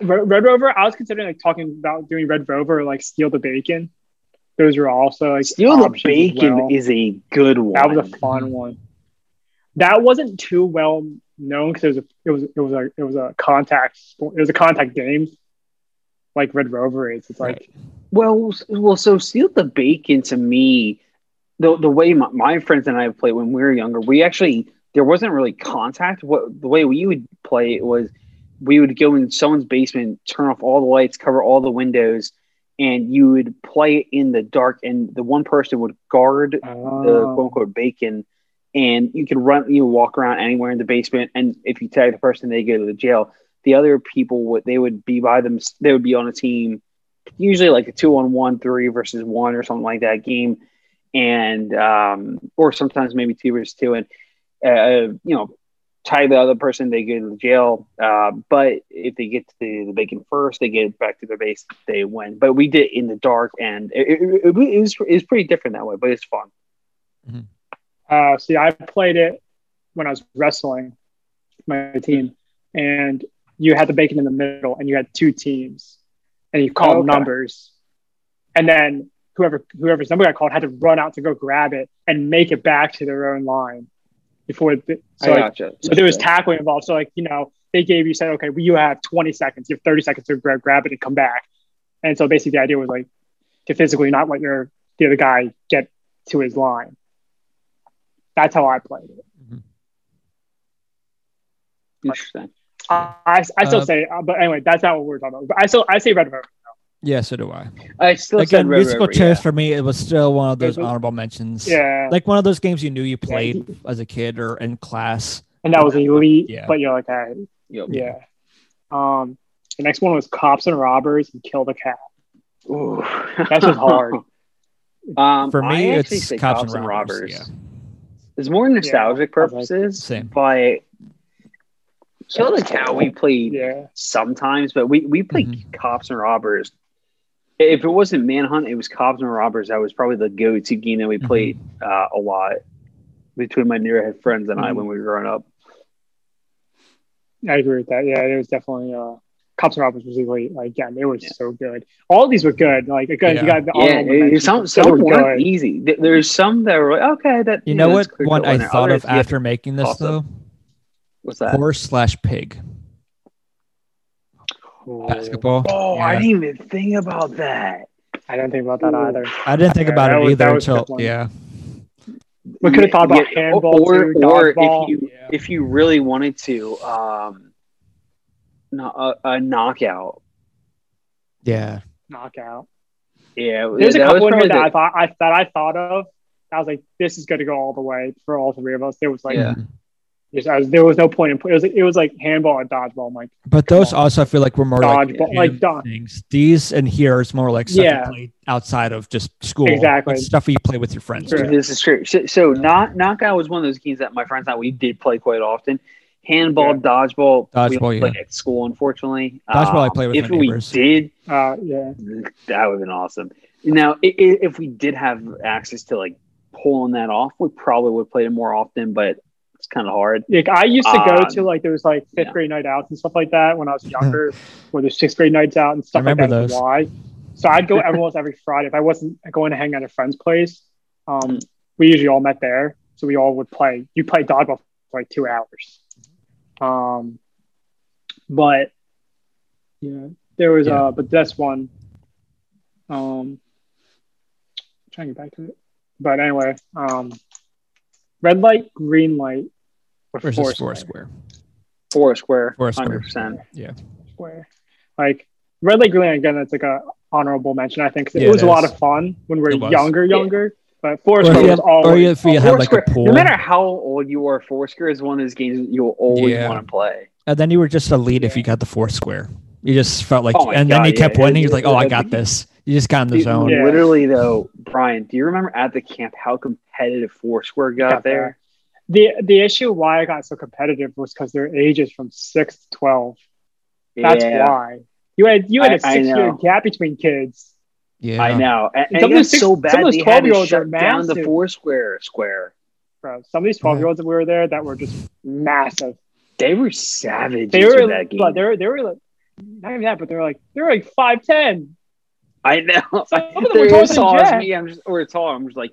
Speaker 1: Red Red Rover. I was considering like talking about doing Red Rover, or, like steal the bacon. Those were also like
Speaker 2: Steal the
Speaker 1: options as
Speaker 2: bacon
Speaker 1: well.
Speaker 2: is a good one.
Speaker 1: That was a fun one. That wasn't too well known because it was a, it was it was a it was a contact sport. It was a contact game, like Red Rover is. It's like
Speaker 3: Right.
Speaker 2: Well, s- well, so steal the bacon to me, the the way my, my friends and I played when we were younger, we actually there wasn't really contact. What the way we would play it was, we would go in someone's basement, turn off all the lights, cover all the windows, and you would play it in the dark, and the one person would guard the quote
Speaker 1: um,
Speaker 2: unquote bacon, and you could run, you know, walk around anywhere in the basement, and if you tag the person, they go to the jail. The other people would they would be by them, they would be on a team, usually like a two on one, three versus one, or something like that game, and um, or sometimes maybe two versus two, and uh, you know, tag the other person, they go to the jail. Uh, but if they get to the, the bacon first, they get back to their base, they win. But we did it in the dark, and it, it, it, it was it was pretty different that way, but it's fun.
Speaker 1: uh, see, I played it when I was wrestling my team, and you had the bacon in the middle, and you had two teams, and you called
Speaker 2: Okay.
Speaker 1: numbers, and then whoever whoever's number got called had to run out to go grab it and make it back to their own line before. It, so like,
Speaker 2: gotcha.
Speaker 1: but there was tackling involved. So like you know, they gave you said, okay, well, you have 20 seconds, you have 30 seconds to grab, grab it and come back. And so basically, the idea was like to physically not let your the other guy get to his line. That's how I played it.
Speaker 3: Mm-hmm.
Speaker 2: interesting.
Speaker 1: I, I, I still
Speaker 3: Uh,
Speaker 1: say, uh, but anyway, that's not what we're talking about. But I still I say Red Rover.
Speaker 3: Yeah, so do I.
Speaker 2: I still said
Speaker 3: Again,
Speaker 2: Red
Speaker 3: musical
Speaker 2: River,
Speaker 3: chairs for me, it was still one of those
Speaker 1: It was-
Speaker 3: honorable mentions.
Speaker 1: Yeah,
Speaker 3: Like one of those games you knew you played as a kid or in class.
Speaker 1: and that was elite.
Speaker 3: Yeah.
Speaker 1: But you're like, all right,
Speaker 2: Yeah. Yep.
Speaker 1: yeah. Um, the next one was cops and robbers and kill the cat.
Speaker 2: Ooh.
Speaker 1: That's just hard.
Speaker 2: Um,
Speaker 3: For me,
Speaker 2: I actually
Speaker 3: it's
Speaker 2: say
Speaker 3: cops, and robbers.
Speaker 2: It's more nostalgic purposes,
Speaker 3: Same.
Speaker 2: but Kill the Cow we played
Speaker 1: Yeah,
Speaker 2: sometimes, but we we played
Speaker 3: Mm-hmm.
Speaker 2: cops and robbers. If it wasn't Manhunt, it was cops and robbers. That was probably the go-to game that we
Speaker 3: Mhm.
Speaker 2: played uh, a lot between my nearhead friends and I
Speaker 3: Mm-hmm.
Speaker 1: Mhm.
Speaker 2: when we were growing up.
Speaker 1: I agree with that. Yeah, it was definitely uh, cops and robbers was elite. Like, yeah, they were so good. All of these were good. Like, again, you
Speaker 3: Yeah.
Speaker 1: got the
Speaker 2: Yeah,
Speaker 1: honorable
Speaker 2: it, it,
Speaker 1: mentions.
Speaker 2: some some
Speaker 1: Those were
Speaker 2: weren't
Speaker 1: good.
Speaker 2: easy. Th- There's some that were like, okay, that
Speaker 3: Yeah. You know
Speaker 2: that's
Speaker 3: what?
Speaker 2: clear
Speaker 3: One I
Speaker 2: winner.
Speaker 3: thought
Speaker 2: Others,
Speaker 3: of
Speaker 2: yeah,
Speaker 3: after making this
Speaker 2: toss-up.
Speaker 3: though:
Speaker 2: What's that?
Speaker 3: horse slash pig basketball.
Speaker 2: Oh, I
Speaker 3: Yeah.
Speaker 2: didn't even think about that.
Speaker 1: I don't think about that
Speaker 2: Ooh.
Speaker 1: either.
Speaker 3: I didn't think
Speaker 1: Yeah,
Speaker 3: about
Speaker 1: that
Speaker 3: it
Speaker 1: was-
Speaker 3: either
Speaker 1: that was a good
Speaker 3: until
Speaker 1: one.
Speaker 3: yeah,
Speaker 1: We could have thought about
Speaker 2: Yeah,
Speaker 1: handball
Speaker 2: or,
Speaker 1: too,
Speaker 2: or
Speaker 1: dodgeball.
Speaker 2: if you if you really wanted to, um, no, a, a knockout.
Speaker 3: yeah.
Speaker 1: knockout.
Speaker 2: Yeah,
Speaker 1: There's a
Speaker 2: that was
Speaker 1: couple in here
Speaker 2: probably
Speaker 1: that I
Speaker 2: the-
Speaker 1: thought I that I thought of. that I was like, this is going to go all the way for all three of us. There was like,
Speaker 3: Mm-hmm.
Speaker 2: Yeah.
Speaker 1: just- I was- there was no point in. It was it was like handball and dodgeball. I'm like
Speaker 3: But those
Speaker 1: Come on.
Speaker 3: also I feel like were more like,
Speaker 1: dodgeball, like
Speaker 3: creative
Speaker 1: dodge.
Speaker 3: things. These and here is more like stuff
Speaker 1: Yeah.
Speaker 3: you play outside of just school.
Speaker 1: Exactly.
Speaker 3: but Stuff you play with your friends.
Speaker 1: True.
Speaker 3: too.
Speaker 2: This is true. So, so knock knockout was one of those games that my friends and I we did play quite often. Handball,
Speaker 1: Yeah.
Speaker 2: dodgeball, we
Speaker 3: Dodgeball,
Speaker 2: played at school. Unfortunately,
Speaker 3: Dodgeball I
Speaker 2: Um,
Speaker 3: play with
Speaker 2: If
Speaker 3: my
Speaker 2: we
Speaker 3: neighbors.
Speaker 2: did,
Speaker 1: Uh, yeah,
Speaker 2: that would have been awesome. Now, i- i- if we did have access to like pulling that off, we probably would play it more often, but it's kind of hard.
Speaker 1: like I used to go
Speaker 2: Um,
Speaker 1: to like there was like fifth
Speaker 2: yeah.
Speaker 1: grade night outs and stuff like that when I was younger, or there's sixth grade nights out and stuff like
Speaker 3: remember
Speaker 1: that. in
Speaker 3: those.
Speaker 1: July. So I'd go almost every Friday if I wasn't going to hang out at a friend's place. Um,
Speaker 2: Mm.
Speaker 1: we usually all met there, so we all would play. You play dodgeball for like two hours. Um, but yeah, there was
Speaker 3: Yeah.
Speaker 1: uh, but that's one. Um, trying to get back to it, but anyway, um, red light, green light, or
Speaker 3: Versus
Speaker 1: force
Speaker 3: four
Speaker 1: light?
Speaker 3: square.
Speaker 2: Four square,
Speaker 3: Four square.
Speaker 2: hundred percent.
Speaker 1: where like red light green light, again that's like a honorable mention i think 'cause
Speaker 3: Yeah,
Speaker 1: it was
Speaker 3: it
Speaker 1: a lot
Speaker 3: is.
Speaker 1: of fun when we
Speaker 3: It
Speaker 1: were
Speaker 3: was.
Speaker 1: younger
Speaker 2: Yeah.
Speaker 1: younger but forest
Speaker 3: Or if
Speaker 1: Grove
Speaker 3: you
Speaker 1: was
Speaker 3: have- or
Speaker 1: always
Speaker 3: if you had like a
Speaker 2: Foursquare,
Speaker 3: pool,
Speaker 2: No matter how old you are, four square is one of those games you'll always
Speaker 3: Yeah.
Speaker 2: want to play.
Speaker 3: and then you were just a lead if
Speaker 1: Yeah.
Speaker 3: you got the four square. You just felt like,
Speaker 2: Oh my
Speaker 3: and then
Speaker 2: God,
Speaker 3: you kept
Speaker 2: yeah.
Speaker 3: winning. You're like, oh, I
Speaker 2: Yeah.
Speaker 3: got this. You just got in the
Speaker 2: Dude,
Speaker 3: zone.
Speaker 1: Yeah.
Speaker 2: Literally though, Brian, do you remember at the camp how competitive Foursquare got,
Speaker 1: Got
Speaker 2: there?
Speaker 1: the the issue why i got so competitive was because their ages from 6 to 12 that's
Speaker 2: yeah,
Speaker 1: why you had you had a
Speaker 2: I- I
Speaker 1: six year
Speaker 2: know.
Speaker 1: gap between kids
Speaker 3: Yeah.
Speaker 2: I know. And, and
Speaker 1: Some of
Speaker 2: it
Speaker 1: those
Speaker 2: was
Speaker 1: six-
Speaker 2: so
Speaker 1: some of
Speaker 2: bad
Speaker 1: those
Speaker 2: they had to
Speaker 1: 12-year-olds are
Speaker 2: shut down the
Speaker 1: massive.
Speaker 2: Foursquare square.
Speaker 1: bro some of these 12 year olds that we were there that were just massive
Speaker 2: They were savage.
Speaker 1: they were
Speaker 2: that game.
Speaker 1: but they were they were like not even that but they were like they were like 510
Speaker 2: I know.
Speaker 1: Some of them were
Speaker 2: They're
Speaker 1: taller
Speaker 2: as
Speaker 1: than
Speaker 2: tall as
Speaker 1: Jack.
Speaker 2: me. I'm just, or tall. I'm just like,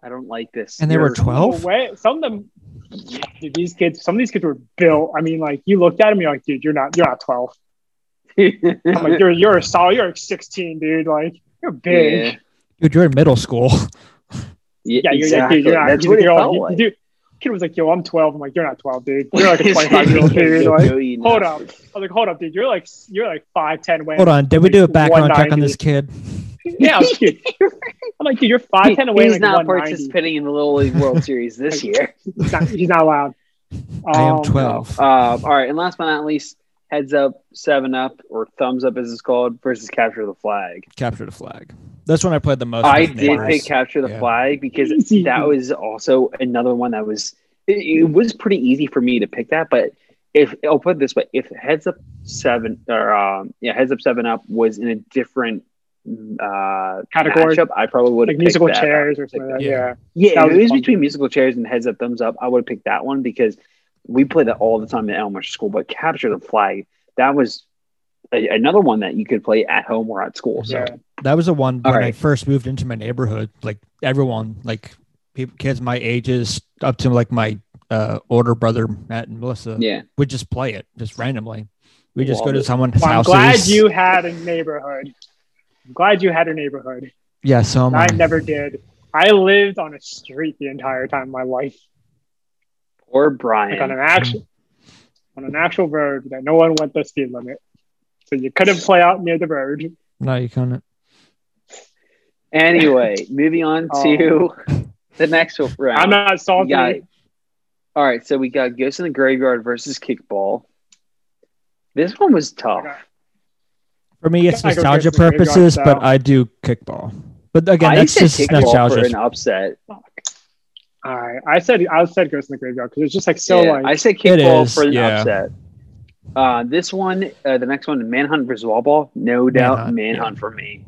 Speaker 2: I don't like this.
Speaker 3: And they were
Speaker 2: You're-
Speaker 3: 12?
Speaker 1: Way- some of them dude, these kids some of these kids were built i mean like you looked at them you're like dude you're not you're not 12 I'm like, you're you're a solid. You're like 16, dude. Like you're
Speaker 2: yeah,
Speaker 1: big.
Speaker 3: Dude, you're in middle school.
Speaker 2: yeah,
Speaker 1: Yeah, you're,
Speaker 2: exactly.
Speaker 1: yeah, dude, you're not.
Speaker 2: That's
Speaker 1: you
Speaker 2: what it
Speaker 1: you're
Speaker 2: felt
Speaker 1: all-
Speaker 2: like.
Speaker 1: Dude, kid was like, "Yo, I'm 12." I'm like, "You're not 12, dude. You're like a 25 year old dude." Like, I hold up. was like, "Hold up, dude. You're like you're like 5'10 away."
Speaker 3: Hold on. Did we do a
Speaker 1: Like
Speaker 3: background check on
Speaker 1: 190.
Speaker 3: this kid?
Speaker 1: Yeah, I was like, dude, you're- I'm like, dude, you're 5'10 away.
Speaker 2: He's
Speaker 1: like
Speaker 2: not
Speaker 1: 190.
Speaker 2: participating in the Little League World Series this year.
Speaker 1: He's not, he's not allowed.
Speaker 3: I am
Speaker 1: Um,
Speaker 3: 12.
Speaker 2: Uh, all right, and last but not least, heads up, seven up, or thumbs up as it's called, versus capture the flag.
Speaker 3: Capture the flag. That's when I played the most.
Speaker 2: I did
Speaker 3: with neighbors.
Speaker 2: pick capture the
Speaker 3: Yeah.
Speaker 2: flag because
Speaker 1: Easy.
Speaker 2: that was also another one that was it, it was pretty easy for me to pick that. But if I'll put it this way, if heads up seven or um, yeah, heads up seven up was in a different uh,
Speaker 1: Category.
Speaker 2: matchup, I probably would have
Speaker 1: Like musical
Speaker 2: that.
Speaker 1: chairs or something. Like that.
Speaker 3: Yeah.
Speaker 1: Yeah.
Speaker 2: Yeah,
Speaker 1: That
Speaker 2: if
Speaker 1: was
Speaker 2: it was
Speaker 1: fun.
Speaker 2: between musical chairs and heads up, thumbs up. I would have picked that one because we played that all the time in elementary school. But capture the flag that was a, another one that you could play at home or at school. So
Speaker 1: yeah.
Speaker 3: That was the one
Speaker 2: All
Speaker 3: when I
Speaker 2: right.
Speaker 3: first moved into my neighborhood. Like everyone, like people, kids my ages up to like my uh, older brother Matt and Melissa
Speaker 2: yeah.
Speaker 3: would just play it just randomly. We just go
Speaker 2: Love
Speaker 3: to
Speaker 2: it.
Speaker 3: someone's
Speaker 1: Well, I'm
Speaker 3: house.
Speaker 1: glad you had a neighborhood. I'm glad you had a neighborhood.
Speaker 3: Yeah, so am
Speaker 1: I
Speaker 3: I.
Speaker 1: never did. I lived on a street the entire time of my life,
Speaker 2: Or
Speaker 1: like on
Speaker 2: Brian.
Speaker 1: an
Speaker 3: Mm-hmm.
Speaker 1: actual, on an actual road that no one went the speed limit, so you couldn't play out near the road.
Speaker 3: No, you couldn't.
Speaker 2: Anyway, moving on
Speaker 1: Oh.
Speaker 2: to the next round.
Speaker 1: I'm not
Speaker 2: We
Speaker 1: salty.
Speaker 2: got- all right, so we got Ghost in the Graveyard versus Kickball. This one was tough.
Speaker 1: Okay.
Speaker 3: For me, it's
Speaker 1: I go get
Speaker 3: nostalgia
Speaker 1: some graveyard
Speaker 3: purposes, but
Speaker 1: style.
Speaker 3: I do kickball. But again,
Speaker 2: I
Speaker 3: that's
Speaker 2: said
Speaker 3: just
Speaker 2: Kickball for
Speaker 3: nostalgia.
Speaker 2: an upset.
Speaker 1: All right, I said I said Ghost in the Graveyard because it's just like so
Speaker 2: Yeah,
Speaker 1: like
Speaker 2: I said Kickball
Speaker 3: is,
Speaker 2: for an
Speaker 3: yeah.
Speaker 2: upset. Uh, this one, uh, the next one, Manhunt versus Wallball. No doubt,
Speaker 3: Manhunt,
Speaker 2: Manhunt for me.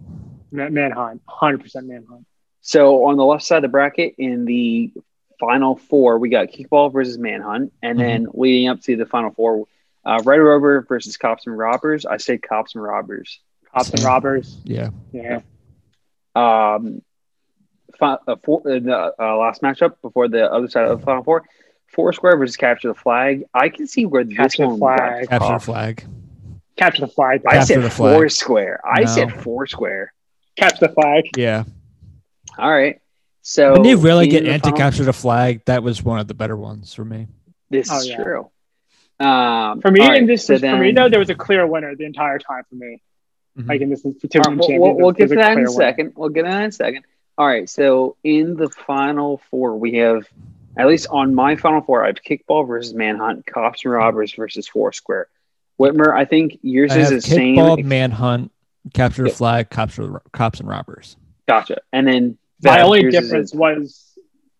Speaker 1: Man- Manhunt, hundred percent Manhunt.
Speaker 2: So on the left side of the bracket in the final four, we got Kickball versus Manhunt, and
Speaker 3: Mm-hmm.
Speaker 2: then leading up to the final four, uh, Red Rover versus Cops and Robbers. I said Cops and Robbers.
Speaker 1: Cops and
Speaker 3: Same.
Speaker 1: robbers.
Speaker 3: Yeah.
Speaker 1: Yeah,
Speaker 2: Um, fi- uh, four, uh, the uh, last matchup before the other side of the final four, Foursquare versus Capture the Flag. I can see where this
Speaker 1: Capture the
Speaker 2: one
Speaker 1: Flag.
Speaker 2: got
Speaker 3: Capture the
Speaker 2: tough.
Speaker 3: flag.
Speaker 1: capture the flag.
Speaker 2: I
Speaker 1: I,
Speaker 3: Cap- Capture
Speaker 2: said
Speaker 3: the Flag.
Speaker 2: Foursquare. I
Speaker 3: No.
Speaker 2: said Foursquare.
Speaker 1: capture the flag.
Speaker 3: Yeah.
Speaker 2: All right. So
Speaker 3: When you really get
Speaker 2: in Oh, the
Speaker 3: into
Speaker 2: final-
Speaker 3: capture the flag, that was one of the better ones for me.
Speaker 2: This
Speaker 1: Oh,
Speaker 2: is
Speaker 1: yeah.
Speaker 2: true. Um,
Speaker 1: For me,
Speaker 2: all right,
Speaker 1: in this
Speaker 2: so
Speaker 1: for me
Speaker 2: then-
Speaker 1: though, there was a clear winner the entire time for me.
Speaker 3: Mhm.
Speaker 1: Like in this, to
Speaker 2: All right,
Speaker 1: win
Speaker 2: we'll, we'll,
Speaker 1: champion, there
Speaker 2: we'll get
Speaker 1: was a
Speaker 2: to that in
Speaker 1: clear
Speaker 2: a
Speaker 1: winner.
Speaker 2: second. We'll get to that in a second. All right. So in the final four, we have, at least on my final four, I have kickball versus manhunt, cops and robbers versus foursquare. Whitmer, I think yours
Speaker 3: I
Speaker 2: is
Speaker 3: have
Speaker 2: the same.
Speaker 3: kickball, manhunt, capture the
Speaker 2: Yeah.
Speaker 3: flag, cops, or- cops and robbers.
Speaker 2: Gotcha. And then
Speaker 1: My
Speaker 2: Beth,
Speaker 1: only
Speaker 2: yours is
Speaker 1: difference was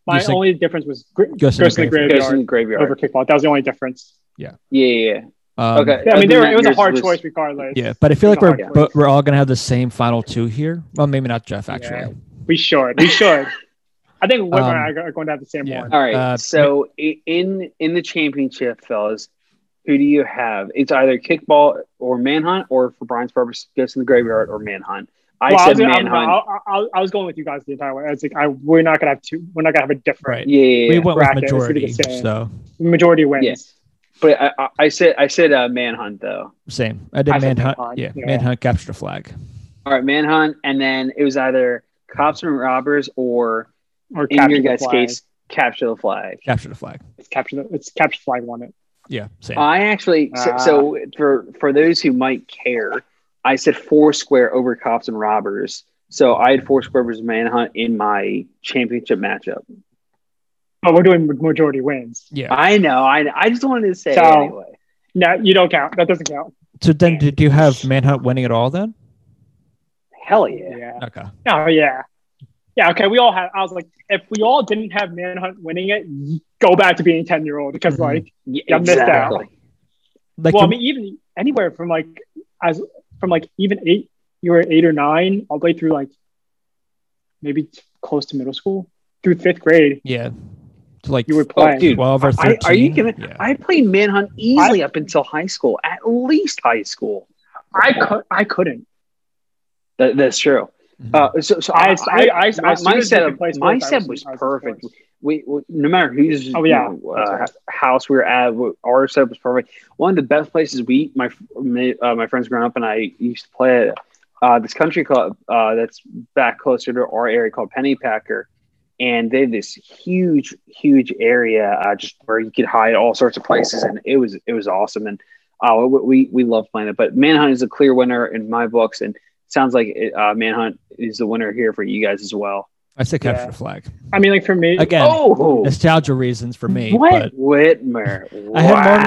Speaker 1: my
Speaker 3: Ghost in-
Speaker 1: only difference was gr-
Speaker 3: Ghost
Speaker 1: Ghost,
Speaker 3: in the
Speaker 1: in the
Speaker 2: a-
Speaker 1: graveyard,
Speaker 2: goes in the graveyard.
Speaker 1: over kickball. That was the only difference.
Speaker 2: Yeah, yeah, yeah.
Speaker 3: Um,
Speaker 2: Okay.
Speaker 1: Yeah, I
Speaker 2: Other
Speaker 1: mean, they
Speaker 2: than
Speaker 1: were,
Speaker 2: that,
Speaker 1: it was a
Speaker 2: yours
Speaker 1: hard
Speaker 2: was-
Speaker 1: choice regardless.
Speaker 3: Yeah, but I feel
Speaker 1: It
Speaker 3: like
Speaker 1: was a
Speaker 3: we're
Speaker 1: hard
Speaker 3: but
Speaker 1: choice.
Speaker 3: we're all gonna have the same final two here. Well, maybe not Jeff actually.
Speaker 2: Yeah.
Speaker 1: we should. We should. I think Whitmer
Speaker 3: Um,
Speaker 1: and I are going to have the same
Speaker 3: yeah.
Speaker 1: one.
Speaker 2: All right.
Speaker 3: Uh,
Speaker 2: so i- in in the championship, fellas, who do you have? It's either kickball or manhunt, or for Brian's purpose, ghost in the graveyard or manhunt. I
Speaker 1: Well,
Speaker 2: said
Speaker 1: was,
Speaker 2: manhunt.
Speaker 1: I, was, I, I, I was going with you guys the entire way. I was like, I, we're not gonna have two. We're not gonna have a different
Speaker 3: Right.
Speaker 2: yeah, yeah, yeah.
Speaker 3: We went with
Speaker 1: Bracket, it's pretty
Speaker 3: majority,
Speaker 1: the same.
Speaker 3: so
Speaker 1: majority wins.
Speaker 2: Yeah. but I, I, I said I said uh, manhunt though.
Speaker 3: same. I did
Speaker 2: I said
Speaker 3: manhunt.
Speaker 2: manhunt.
Speaker 3: Yeah,
Speaker 1: Yeah.
Speaker 3: manhunt capture the flag.
Speaker 2: All right, manhunt, and then it was either cops and robbers or
Speaker 1: Or
Speaker 2: in your
Speaker 1: capture the
Speaker 2: guys'
Speaker 1: flag.
Speaker 2: case, capture the flag.
Speaker 3: Capture the flag.
Speaker 1: It's capture the. It's capture the flag won it.
Speaker 3: Yeah, same.
Speaker 2: I actually so,
Speaker 1: Ah.
Speaker 2: so for for those who might care, I said Foursquare over cops and robbers. So I had Foursquare versus Manhunt in my championship matchup.
Speaker 1: But we're doing majority wins.
Speaker 3: yeah.
Speaker 2: I know, I I just wanted to say it
Speaker 1: So-
Speaker 2: anyway.
Speaker 1: No, you don't count. That doesn't count.
Speaker 3: So then, did you have manhunt winning at all? Then
Speaker 2: Hell yeah.
Speaker 3: okay.
Speaker 1: Oh yeah. Yeah, okay. We all had I was like, if we all didn't have Manhunt winning it, y- go back to being ten year old because
Speaker 3: Mhm.
Speaker 1: like
Speaker 2: Yeah,
Speaker 1: Yeah, I missed out.
Speaker 2: exactly.
Speaker 3: Like
Speaker 1: well, I
Speaker 3: the-
Speaker 1: mean even anywhere from like as from like even eight you were eight or nine, all the way through like maybe t- close to middle school through fifth grade,
Speaker 3: yeah. To like
Speaker 1: you were
Speaker 2: Oh,
Speaker 1: playing.
Speaker 2: dude,
Speaker 3: twelve or
Speaker 2: I,
Speaker 3: thirteen.
Speaker 2: are you kidding?
Speaker 3: Yeah.
Speaker 2: I played Manhunt easily up until high school, at least high school.
Speaker 1: I could I couldn't.
Speaker 2: That, that's true.
Speaker 3: Mhm.
Speaker 2: Uh, so, so
Speaker 1: Mm-hmm. I I I, I
Speaker 2: my, my setup,
Speaker 1: place
Speaker 2: my setup was perfect. we, we no matter whose
Speaker 1: Oh, yeah.
Speaker 2: you know,
Speaker 1: That's
Speaker 2: uh,
Speaker 1: right.
Speaker 2: house we were at, we- our setup was perfect. One of the best places we my my, uh, my friends growing up and I used to play at uh, this country club uh, that's back closer to our area called Penny Packer, and they had this huge huge area uh, just where you could hide all sorts of places, and it was it was awesome and. Uh, we we- we love playing it, but Manhunt is a clear winner in my books, and sounds like uh, Manhunt is the winner here for you guys as well.
Speaker 3: I said capture
Speaker 1: yeah.
Speaker 3: the flag
Speaker 1: I mean like for me
Speaker 3: again.
Speaker 2: oh,
Speaker 3: Nostalgia reasons for me. But
Speaker 2: what Whitmer?
Speaker 3: I had more
Speaker 2: wow.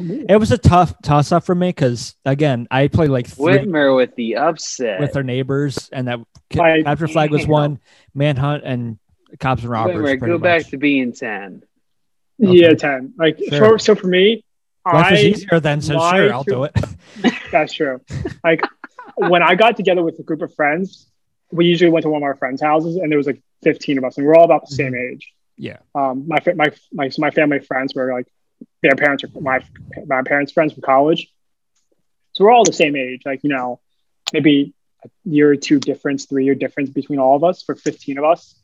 Speaker 3: nostalgia. It was a tough toss up for me because again, I played like three
Speaker 2: Whitmer with the upset.
Speaker 3: with our neighbors, and that ca-
Speaker 1: Like,
Speaker 3: capture flag was
Speaker 2: damn.
Speaker 3: one, manhunt, and cops and robbers.
Speaker 2: Whitmer,
Speaker 3: pretty
Speaker 2: go back
Speaker 3: much.
Speaker 2: to being ten.
Speaker 1: yeah, ten. Like
Speaker 3: Sure.
Speaker 1: so, so for me,
Speaker 3: Life
Speaker 1: I
Speaker 3: is easier then, so
Speaker 1: my
Speaker 3: sure, I'll
Speaker 1: two-
Speaker 3: do it.
Speaker 1: That's true. Like when I got together with a group of friends, we usually went to one of our friends' houses, and there was like 15 of us, and we're all about the same age.
Speaker 3: Yeah.
Speaker 1: Um, my fa- my my so my family friends were like their parents are my my parents' friends from college, so we're all the same age. Like you know, maybe a year or two difference, three year difference between all of us for 15 of us.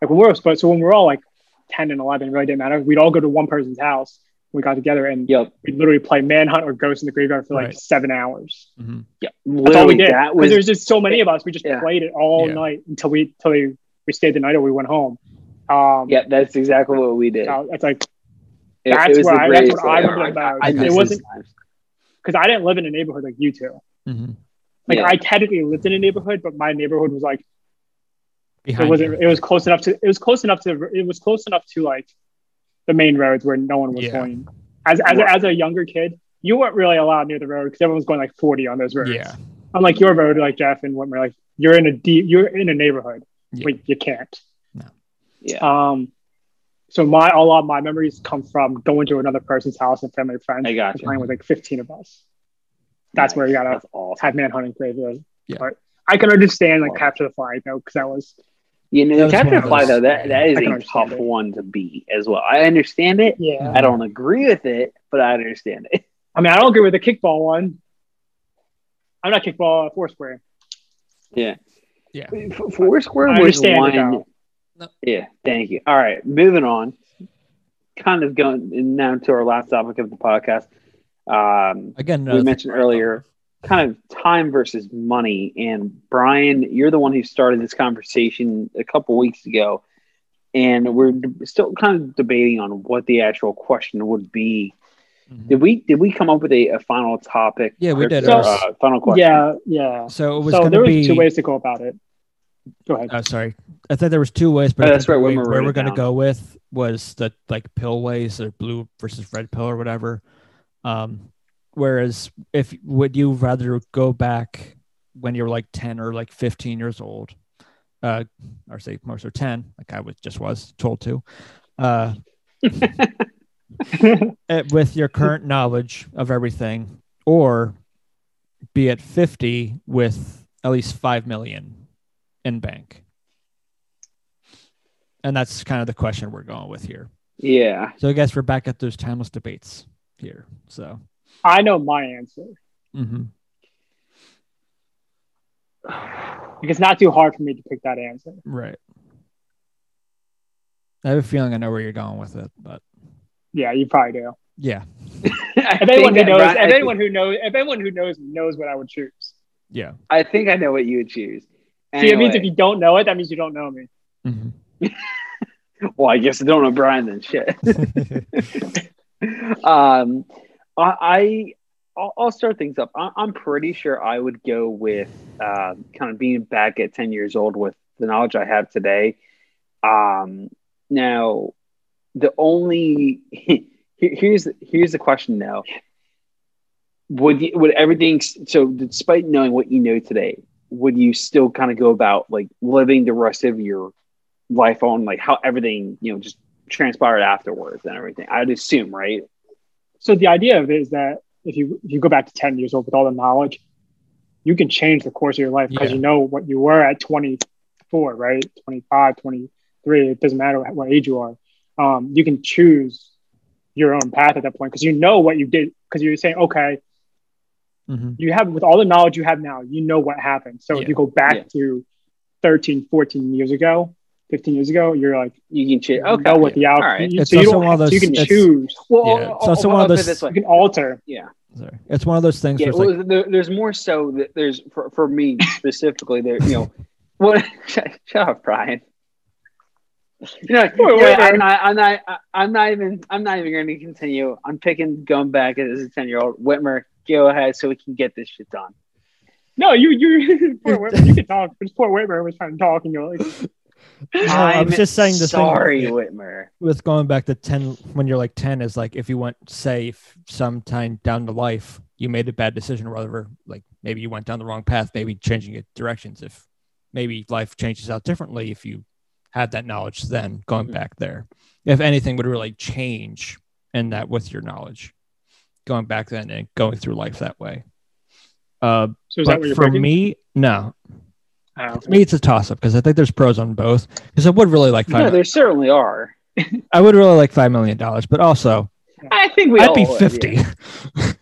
Speaker 1: Like when we were but so when we were all like 10 and 11, it really didn't matter. We'd all go to one person's house. We got together and
Speaker 2: Yep.
Speaker 1: we'd literally play Manhunt or Ghost in the Graveyard for like
Speaker 3: Right.
Speaker 1: seven hours.
Speaker 3: Mhm.
Speaker 2: Yep.
Speaker 1: That's all we did.
Speaker 2: That
Speaker 1: Because
Speaker 2: was
Speaker 1: there's just so many of us. We just
Speaker 2: Yeah.
Speaker 1: played it all
Speaker 3: Yeah.
Speaker 1: night until we until we, we stayed the night or we went home. Um,
Speaker 2: yeah. That's exactly what we did.
Speaker 1: so it's like
Speaker 2: It-
Speaker 1: that's
Speaker 2: it was
Speaker 1: where
Speaker 2: the
Speaker 1: I- that's
Speaker 2: greatest
Speaker 1: what I
Speaker 2: thing
Speaker 1: would
Speaker 2: ever.
Speaker 1: have
Speaker 2: I-
Speaker 1: done.
Speaker 2: I
Speaker 1: It
Speaker 2: miss these
Speaker 1: wasn't-
Speaker 2: times.
Speaker 1: because I didn't live in a neighborhood like you two.
Speaker 3: Mhm.
Speaker 1: Like
Speaker 2: Yeah.
Speaker 1: I technically lived in a neighborhood, but my neighborhood was like it
Speaker 3: Behind you.
Speaker 1: wasn't. It was close enough to. It was close enough to. It was close enough to like the main roads where no one was
Speaker 3: Yeah.
Speaker 1: going. As as, a,
Speaker 2: Right.
Speaker 1: as a younger kid, you weren't really allowed near the road because everyone was going like 40 on those roads.
Speaker 3: yeah,
Speaker 1: Unlike your road, like Jeff and Whitmer, like you're in a deep, you're in a neighborhood.
Speaker 3: Yeah.
Speaker 1: where you can't.
Speaker 2: Yeah.
Speaker 1: Um, so my a lot of my memories come from going to another person's house and family and friends.
Speaker 2: I gotcha.
Speaker 1: and playing with like 15 of us. That's where you gotta
Speaker 2: That's awesome.
Speaker 1: have manhunting graveyard.
Speaker 3: Yeah.
Speaker 1: But I can understand like
Speaker 2: Wow.
Speaker 1: capture the flag though, because that was
Speaker 2: You know,
Speaker 3: That was
Speaker 2: Captain
Speaker 3: one of
Speaker 2: Fly
Speaker 3: those-
Speaker 2: though. That that is
Speaker 1: I can
Speaker 2: a
Speaker 1: understand
Speaker 2: tough
Speaker 1: it.
Speaker 2: one to beat as well. I understand it.
Speaker 1: yeah.
Speaker 2: I don't agree with it, but I understand it.
Speaker 1: I mean, I don't agree with the kickball one. I'm not kickball uh, foursquare.
Speaker 2: F- Foursquare
Speaker 1: I
Speaker 2: was
Speaker 1: understand it,
Speaker 2: one.
Speaker 1: though.
Speaker 3: No.
Speaker 2: Yeah, thank you. All right, moving on. Kind of going now to our last topic of the podcast. Um,
Speaker 3: again, uh,
Speaker 2: We
Speaker 3: another thing
Speaker 2: mentioned
Speaker 3: I thought
Speaker 2: earlier,
Speaker 3: of.
Speaker 2: kind of time versus money. And Brian, you're the one who started this conversation a couple weeks ago, and we're d- still kind of debating on what the actual question would be.
Speaker 3: Mhm.
Speaker 2: Did we did we come up with a, a final topic?
Speaker 3: Yeah, we
Speaker 2: or,
Speaker 3: did.
Speaker 2: or,
Speaker 1: So-
Speaker 2: uh, final question.
Speaker 1: Yeah, yeah.
Speaker 3: So it was
Speaker 1: So
Speaker 3: going
Speaker 1: there
Speaker 3: to
Speaker 1: was
Speaker 3: be
Speaker 1: two ways to go about it. Go ahead.
Speaker 2: Uh,
Speaker 3: Oh, sorry. I thought there was two ways, but
Speaker 2: Oh,
Speaker 3: I
Speaker 2: that's
Speaker 3: think
Speaker 2: right,
Speaker 3: the
Speaker 2: we
Speaker 3: way-
Speaker 2: wrote
Speaker 3: where
Speaker 2: it
Speaker 3: we're going to
Speaker 2: down.
Speaker 3: go with was the like pill ways or blue versus red pill or whatever. Um, whereas if would you rather go back when you were like 10 or like 15 years old, uh, or say more so 10, like I was just was told to, uh, at- with your current knowledge of everything, or be at 50 with at least 5 million in bank? And that's kind of the question we're going with here.
Speaker 2: Yeah.
Speaker 3: So I guess we're back at those timeless debates here. So,
Speaker 1: I know my answer.
Speaker 3: mhm.
Speaker 1: Like it's not too hard for me to pick that answer.
Speaker 3: right. I have a feeling I know where you're going with it, but
Speaker 1: Yeah, you probably do.
Speaker 3: yeah,
Speaker 1: If anyone who
Speaker 2: that
Speaker 1: knows,
Speaker 2: Brian- I
Speaker 1: if
Speaker 2: think-
Speaker 1: anyone who knows, if anyone who knows me knows what I would choose.
Speaker 3: yeah.
Speaker 2: I think I know what you would choose.
Speaker 1: See, it means if you
Speaker 2: Anyway.
Speaker 1: don't know it, that means you don't know me.
Speaker 3: Mhm.
Speaker 2: well, I guess I don't know Brian then shit. um, I, I I'll, I'll start things up. I, I'm pretty sure I would go with um, kind of being back at 10 years old with the knowledge I have today. Um, now, the only here- here's here's the question though. Would you, would everything so despite knowing what you know today, would you still kind of go about like living the rest of your life on like how everything you know just transpired afterwards and everything? I'd assume, right?
Speaker 1: So the idea of it is that if you if you go back to ten years old with all the knowledge, you can change the course of your life because
Speaker 3: Yeah.
Speaker 1: you know what you were at 24, right? 25, 23. It doesn't matter what age you are. Um, you can choose your own path at that point because you know what you did. Because you're saying, okay,
Speaker 3: Mhm.
Speaker 1: you have with all the knowledge you have now you know what happened so
Speaker 3: Yeah.
Speaker 1: if you go back
Speaker 2: Yeah.
Speaker 1: to 13 14 years ago 15 years ago you're like
Speaker 2: You can choose.
Speaker 1: you
Speaker 2: Okay.
Speaker 1: know what the outcome
Speaker 2: All right.
Speaker 1: you,
Speaker 3: It's
Speaker 1: so you
Speaker 3: also
Speaker 1: don't
Speaker 3: one of
Speaker 1: have- so you
Speaker 3: those-
Speaker 1: can
Speaker 3: it's-
Speaker 1: choose
Speaker 2: Well,
Speaker 3: Yeah, it's also one of
Speaker 2: I'll put it
Speaker 3: those-
Speaker 2: this way.
Speaker 1: you can alter
Speaker 3: Sorry. It's one of those things
Speaker 2: Yeah,
Speaker 3: where it's like,
Speaker 2: well, there, there's more so that there's for, for me specifically. There, you know, what? Shut, shut up, Brian. You know, you know,
Speaker 1: whatever.
Speaker 2: I'm not, I'm not, I'm not even, I'm not even going to continue. I'm picking going back as a ten year old. Whitmer, go ahead, so we can get this shit done.
Speaker 1: no you you poor Whitmer, you can talk but poor Whitmer was trying to talk and you're like
Speaker 3: No, I was
Speaker 2: I'm
Speaker 3: just saying the thing-
Speaker 2: Sorry, Whitmer.
Speaker 3: with going back to 10 when you're like 10 is like if you went say if sometime down the life you made a bad decision or whatever like maybe you went down the wrong path maybe changing your directions if maybe life changes out differently if you had that knowledge then going
Speaker 1: Mm-hmm.
Speaker 2: Mhm.
Speaker 3: back there if anything would really change in that with your knowledge going back then and going through life that way uh,
Speaker 1: so is that
Speaker 3: but
Speaker 1: what you're
Speaker 3: for
Speaker 1: picking?
Speaker 3: me no
Speaker 1: Oh,
Speaker 3: for me it's a toss-up because i think there's pros on both because i would really like
Speaker 2: No,
Speaker 3: five
Speaker 2: there certainly are.
Speaker 3: i would really like five million dollars but also
Speaker 2: I think we all
Speaker 3: I'd be
Speaker 2: would,
Speaker 3: 50.
Speaker 2: yeah.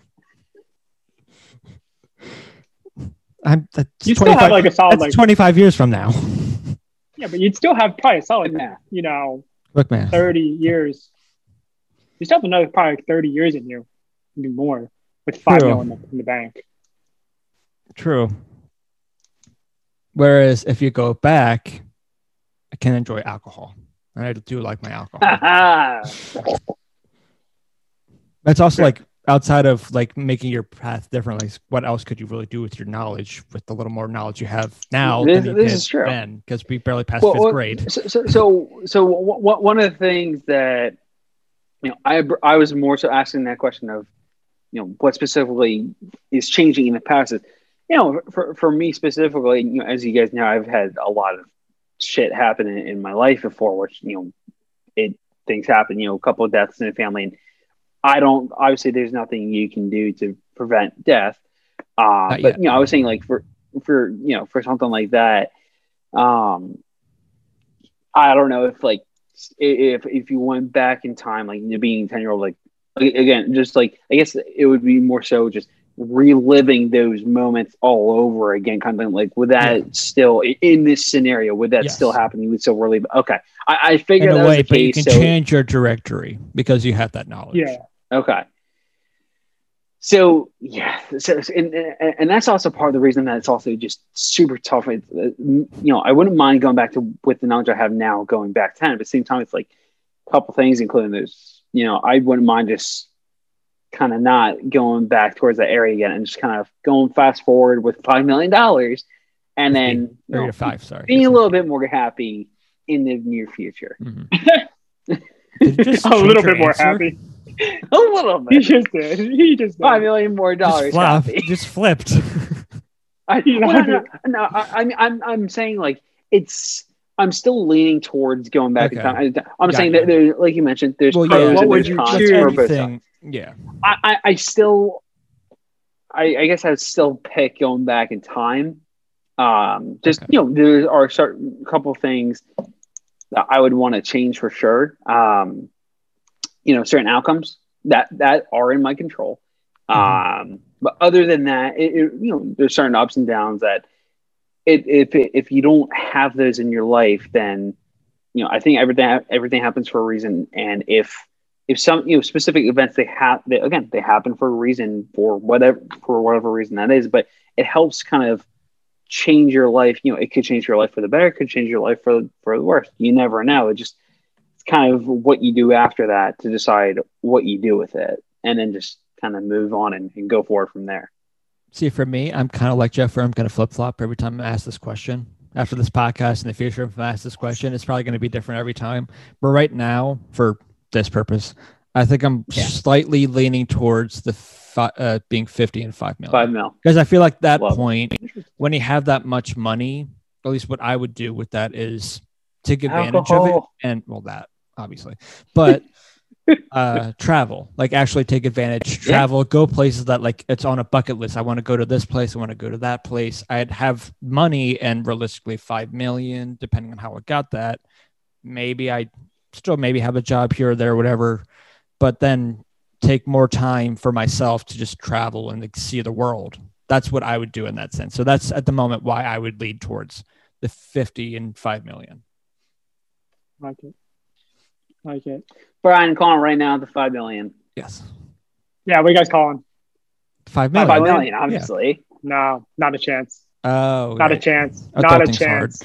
Speaker 3: I'm that's
Speaker 1: you still
Speaker 3: 25,
Speaker 1: have like a solid like
Speaker 3: that's 25 years from now.
Speaker 1: yeah but you'd still have probably a solid
Speaker 2: Yeah.
Speaker 1: you know
Speaker 3: Look, man,
Speaker 1: 30 years you still have another probably like 30 years in you maybe more with five
Speaker 3: True.
Speaker 1: million in the, in the bank
Speaker 3: true. Whereas if you go back, I can enjoy alcohol. And I do like my alcohol. That's also
Speaker 1: Yeah.
Speaker 3: like outside of like making your path different. Like, what else could you really do with your knowledge, with the little more knowledge you have now?
Speaker 2: This-
Speaker 3: than you
Speaker 2: this
Speaker 3: did
Speaker 2: is true.
Speaker 3: Then, because we barely passed
Speaker 2: Well,
Speaker 3: fifth
Speaker 2: well,
Speaker 3: grade.
Speaker 2: so so so, so w- w- one of the things that you know I I was more so asking that question of you know what specifically is changing in the past is you know for for me specifically you know as you guys know I've had a lot of shit happen in, in my life before which you know it things happen you know a couple of deaths in the family and I don't obviously there's nothing you can do to prevent death uh, but
Speaker 3: yet.
Speaker 2: you know I was saying like for for you know for something like that um I don't know if like s- if if you went back in time, like you being ten year old, like a- again, just like I guess it would be more so just reliving those moments all over again, kind of thing. like would that
Speaker 3: Yeah.
Speaker 2: still i- in this scenario would that
Speaker 3: Yes.
Speaker 2: still happen? You would still relive. Okay, I, I
Speaker 3: In
Speaker 2: figured that
Speaker 3: a
Speaker 2: was
Speaker 3: way,
Speaker 2: the
Speaker 3: but you
Speaker 2: case.
Speaker 3: can
Speaker 2: so-
Speaker 3: change your directory because you have that knowledge.
Speaker 1: yeah
Speaker 2: Okay. So yeah, so so- and, and and that's also part of the reason that it's also just super tough. It, it- you know, I wouldn't mind going back to with the knowledge I have now, going back ten. But at the same time, it's like a couple things, including those. You know, I wouldn't mind just kind of not going back towards that area again, and just kind of going fast forward with five million dollars and then you
Speaker 3: Three
Speaker 2: know,
Speaker 3: to five, sorry.
Speaker 2: being a little bit more happy in the near future.
Speaker 3: Mhm. Did you just
Speaker 1: a little
Speaker 3: change your
Speaker 1: bit more
Speaker 3: answer?
Speaker 1: happy.
Speaker 2: a little
Speaker 1: He
Speaker 2: bit.
Speaker 1: just did. He just did.
Speaker 2: Five million more
Speaker 3: Just,
Speaker 2: dollars.
Speaker 3: flop,
Speaker 2: happy.
Speaker 3: just flipped.
Speaker 2: I,
Speaker 1: You know,
Speaker 2: well,
Speaker 1: I
Speaker 2: no, no, I, I'm, I'm, I'm saying like it's. I'm still leaning towards going back in
Speaker 3: Okay.
Speaker 2: time. I'm saying
Speaker 3: Gotcha.
Speaker 2: that there, like you mentioned, there's
Speaker 3: well,
Speaker 2: pros
Speaker 3: yeah.
Speaker 2: and
Speaker 1: What would
Speaker 2: there's
Speaker 1: you
Speaker 2: cons
Speaker 1: choose?
Speaker 2: for both sides.
Speaker 3: everything. Yeah.
Speaker 2: I, I, I still, I, I guess I would still pick going back in time. Um, just
Speaker 3: Okay.
Speaker 2: you know, there are certain couple things that I would want to change for sure. Um, you know, certain outcomes that that are in my control. Um, but other than that, it, it, you know, there's certain ups and downs that it, if if you don't have those in your life, then you know, I think everything everything happens for a reason, and if if some you know specific events they have they, again they happen for a reason for whatever for whatever reason that is but it helps kind of change your life you know it could change your life for the better it could change your life for for the worse you never know it just it's kind of what you do after that to decide what you do with it and then just kind of move on and, and go forward from there
Speaker 3: See, for me, I'm kind of like Jeff, where I'm going to flip flop every time I'm asked this question. After this podcast in the future, if I'm asked this question, it's probably going to be different every time. But right now, for this purpose, I think I'm
Speaker 2: Yeah.
Speaker 3: slightly leaning towards the fi- uh, being 50 and 5 million.
Speaker 2: five mil
Speaker 3: Because I feel like that
Speaker 2: Love it.
Speaker 3: point, when you have that much money, at least what I would do with that is take advantage of it
Speaker 2: Alcohol.
Speaker 3: and well that obviously, but uh travel, like actually take advantage,
Speaker 2: Yeah.
Speaker 3: travel, go places that like it's on a bucket list. I want to go to this place, I want to go to that place. I'd have money and realistically five million, depending on how I got that. Maybe I still maybe have a job here or there, whatever, but then take more time for myself to just travel and like, see the world that's what I would do in that sense. So that's at the moment why I would lead towards the 50 and 5 million.
Speaker 1: Like it. Like it.
Speaker 2: brian calling right now the five million
Speaker 3: Yes.
Speaker 1: Yeah, what are you guys calling?
Speaker 3: 5
Speaker 2: Not
Speaker 3: million.
Speaker 2: five million obviously
Speaker 1: No, not a chance.
Speaker 3: Oh,
Speaker 1: Not a
Speaker 3: right.
Speaker 1: chance.
Speaker 3: Oh,
Speaker 1: not
Speaker 3: that
Speaker 1: a
Speaker 3: thing's hard.
Speaker 1: chance.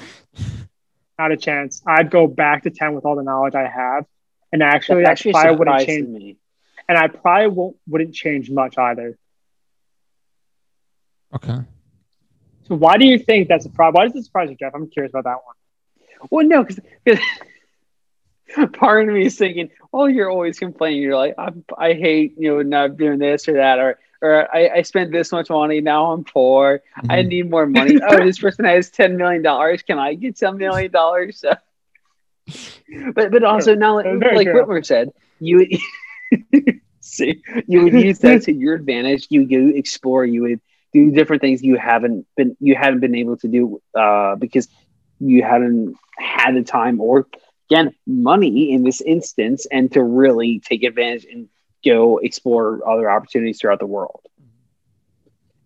Speaker 1: Not a chance. I'd go back to 10 with all the knowledge I have. And actually,
Speaker 2: That
Speaker 1: I probably wouldn't
Speaker 2: surprised
Speaker 1: change.
Speaker 2: me
Speaker 1: And I probably won't, wouldn't change much either.
Speaker 3: Okay.
Speaker 1: So why do you think that's a problem? Why does it surprise you, Jeff? I'm curious about that one.
Speaker 2: Well, no, because part of me is thinking, "Oh, you're always complaining. You're like, I'm, I hate you know not doing this or that, or or I, I spent this much money. Now I'm poor. I
Speaker 1: Mm-hmm.
Speaker 3: Mhm.
Speaker 2: need more money. oh, this person has ten million dollars. Can I get some million dollars?" So- but but also now, like,
Speaker 1: That's Uh, very
Speaker 2: like
Speaker 1: true.
Speaker 2: Whitmer said, you would- see you would use that to your advantage. You go explore. You would do different things you haven't been you haven't been able to do uh, because you hadn't had the time or again money in this instance and to really take advantage and go explore other opportunities throughout the world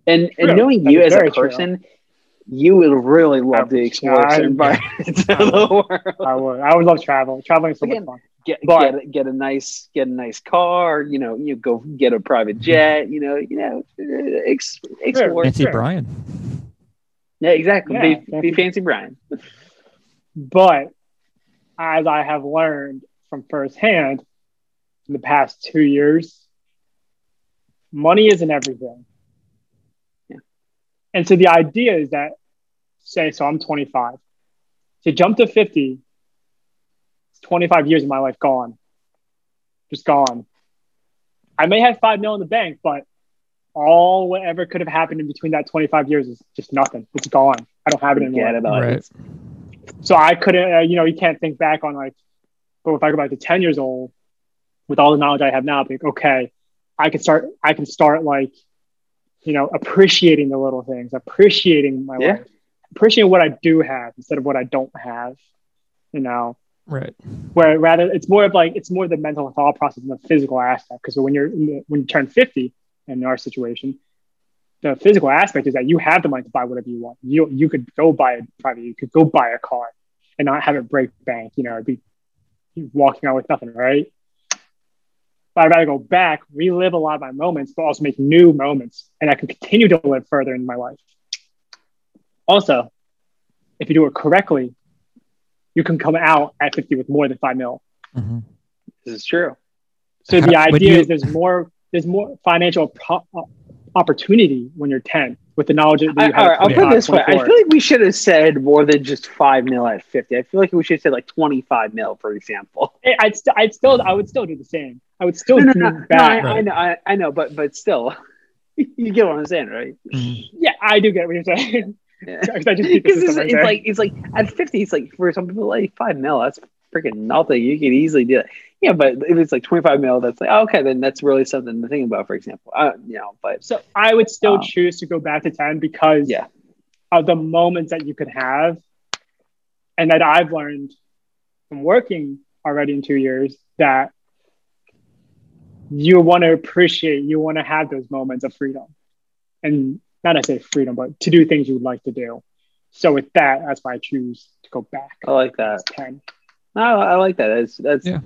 Speaker 2: and
Speaker 1: True.
Speaker 2: and knowing
Speaker 1: That
Speaker 2: you
Speaker 1: is
Speaker 2: as a
Speaker 1: very true.
Speaker 2: person you would really love to explore
Speaker 1: I-
Speaker 2: certain parts of the world
Speaker 1: I would. I would love travel. Traveling is so much
Speaker 2: Again,
Speaker 1: fun.
Speaker 2: get,
Speaker 1: But-
Speaker 2: get get a nice get a nice car you know you go get a private jet you know you know uh, ex, explore
Speaker 3: Nancy
Speaker 1: sure.
Speaker 3: Bryan.
Speaker 2: yeah exactly
Speaker 1: Yeah,
Speaker 2: be, be fancy brian
Speaker 1: But as I have learned from firsthand in the past two years, money isn't everything.
Speaker 2: Yeah.
Speaker 1: And so the idea is that, say, so I'm 25, to jump to 50, it's 25 years of my life gone, just gone. I may have five mil in the bank, but all whatever could have happened in between that 25 years is just nothing. It's gone. I don't have it anymore.
Speaker 2: forget about
Speaker 3: Right.
Speaker 2: it
Speaker 1: So I couldn't, uh, you know, you can't think back on like, but if I go back to 10 years old with all the knowledge I have now, I'd be like, okay, I can start, I can start like, you know, appreciating the little things, appreciating my
Speaker 2: Yeah.
Speaker 1: life, appreciating what I do have instead of what I don't have, you know,
Speaker 3: Right.
Speaker 1: where rather it's more of like, it's more the mental thought process than the physical aspect. Cause when you're, in the- when you turn 50 in our situation, the physical aspect is that you have the money to buy whatever you want. You you could go buy a private, you could go buy a car and not have it break bank, you know, it'd be walking out with nothing, right? But I'd rather go back, relive a lot of my moments, but also make new moments. And I can continue to live further in my life. Also, if you do it correctly, you can come out at 50 with more than five mil.
Speaker 3: hmm
Speaker 2: this is true
Speaker 1: So the
Speaker 3: How- would
Speaker 1: idea
Speaker 3: you-
Speaker 1: is there's more there's more financial pro- uh, opportunity when you're 10 with the knowledge that
Speaker 2: I,
Speaker 1: you
Speaker 2: all right,
Speaker 1: have.
Speaker 2: I'll put it this way. I
Speaker 1: 24.
Speaker 2: feel like we should have said more than just five mil at fifty. I feel like we should have said like twenty five mil, for example.
Speaker 1: I- I'd, st- I'd still, I would still do the same. I would still
Speaker 2: No, no,
Speaker 1: do
Speaker 2: no, no, I,
Speaker 1: bad.
Speaker 2: I know, I, I know, but but still, you get what I'm saying, right?
Speaker 1: Yeah, I do get what you're saying.
Speaker 2: Yeah.
Speaker 1: 'Cause I just beat the
Speaker 2: Because it's,
Speaker 1: system right
Speaker 2: it's
Speaker 1: there.
Speaker 2: like it's like at fifty, it's like for some people like five mil, that's freaking nothing. You can easily do that. Yeah, but if it's like twenty five mil, that's like oh, okay, then that's really something to think about. For example, uh, you know, but
Speaker 1: so I would still
Speaker 2: Um,
Speaker 1: choose to go back to 10 because
Speaker 2: Yeah.
Speaker 1: of the moments that you could have and that I've learned from working already in two years that you want to appreciate, you want to have those moments of freedom. And not I say freedom, but to do things you would like to do. So with that, that's why I choose to go back
Speaker 2: I like that.
Speaker 1: to 10.
Speaker 2: No, I I like that. That's that's
Speaker 3: Yeah.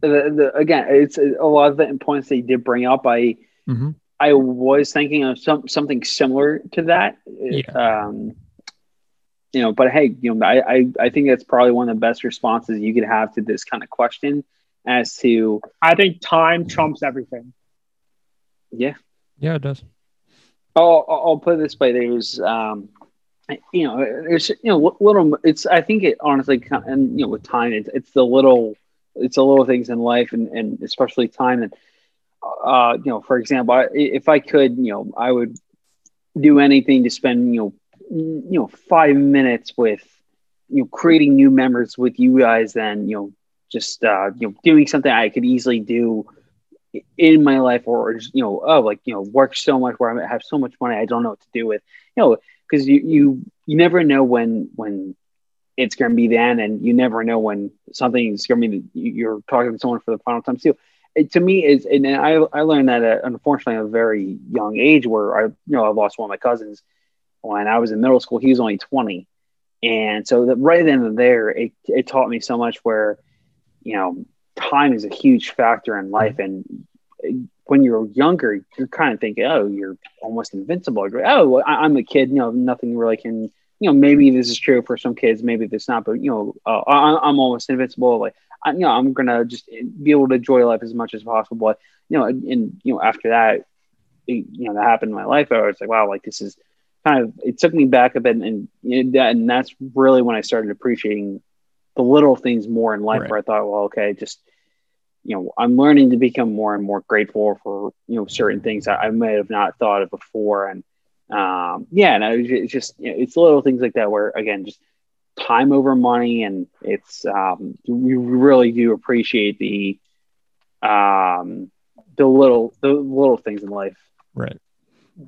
Speaker 2: the, the, again, it's uh, a lot of the points that you did bring up. I
Speaker 3: hmm
Speaker 2: I was thinking of some something similar to that. Um, you know, but hey, you know, I, I I think that's probably one of the best responses you could have to this kind of question as to
Speaker 1: I think time trumps everything.
Speaker 2: yeah,
Speaker 3: Yeah, it does.
Speaker 2: I'll, I'll I'll put it this way: there's, um, you know, there's, you know, li- little. It's I think it honestly, co- and you know, with time, it's, it's the little, it's the little things in life, and and especially time, and uh, you know, for example, I, if I could, you know, I would do anything to spend, you know, n- you know, five minutes with, you know, creating new memories with you guys, then you know, just uh, you know, doing something I could easily do in my life or, or just, you know oh like you know work so much where i have so much money i don't know what to do with you know because you you you never know when when it's going to be then and you never know when something's going to be you're talking to someone for the final time too it, to me is and i i learned that at, unfortunately at a very young age where i you know i lost one of my cousins when i was in middle school he was only 20 and so that right then and there it, it taught me so much where you know time is a huge factor in life and when you're younger, you're kind of thinking, oh, you're almost invincible. You're, oh, well, I- I'm a kid. You know, nothing really can. You know, maybe this is true for some kids. Maybe it's not. But you know, uh, I- I'm almost invincible. Like, I, you know, I'm gonna just be able to enjoy life as much as possible. But, you know, and, and you know, after that, it- you know, that happened in my life. I was like, wow, like this is kind of. It took me back a bit, and and, that, and that's really when I started appreciating the little things more in life.
Speaker 3: Right.
Speaker 2: Where I thought, well, okay, just you know, I'm learning to become more and more grateful for you know certain things that I may have not thought of before, and um, yeah, and I was ju- it's just you know, it's little things like that where again, just time over money, and it's um, we really do appreciate the um, the little the little things in life.
Speaker 3: Right.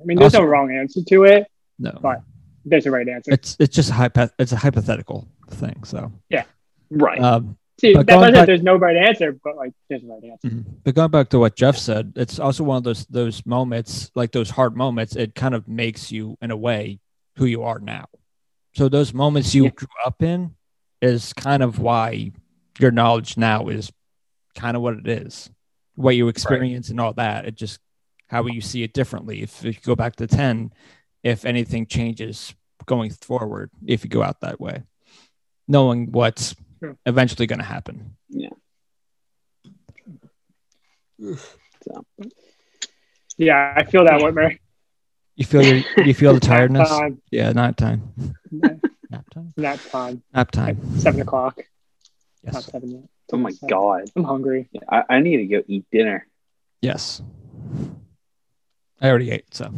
Speaker 1: I mean, there's
Speaker 3: Awesome.
Speaker 1: no wrong answer to it.
Speaker 3: No,
Speaker 1: Right. There's a right answer.
Speaker 3: it's it's just hypo- It's a hypothetical thing. So,
Speaker 2: Right.
Speaker 1: Uh,
Speaker 3: um,
Speaker 1: See,
Speaker 3: But
Speaker 1: that
Speaker 3: going
Speaker 1: doesn't
Speaker 3: back-
Speaker 1: there's no right answer, but like there's a right answer.
Speaker 3: mhm. but going back to what Jeff said, it's also one of those those moments, like those hard moments. It kind of makes you, in a way, who you are now. So those moments you
Speaker 2: Yeah.
Speaker 3: grew up in is kind of why your knowledge now is kind of what it is, what you experience and all that. It just how you see it differently. If, if you go back to ten, if anything changes going forward, if you go out that way, knowing what's
Speaker 1: Sure.
Speaker 3: eventually going to happen.
Speaker 1: Yeah, I feel that, Whitmer.
Speaker 3: You feel your, you feel
Speaker 1: Uh,
Speaker 3: the tiredness.
Speaker 1: Time,
Speaker 3: Yeah, nap time.
Speaker 1: Nap.
Speaker 3: nap time.
Speaker 1: nap time.
Speaker 3: Nap
Speaker 1: Like
Speaker 3: time.
Speaker 1: seven o'clock. Not
Speaker 3: Yes.
Speaker 1: seven yet.
Speaker 2: oh my
Speaker 1: Seven.
Speaker 2: god,
Speaker 1: I'm hungry.
Speaker 2: I, I need to go eat dinner.
Speaker 3: Yes. I already ate, so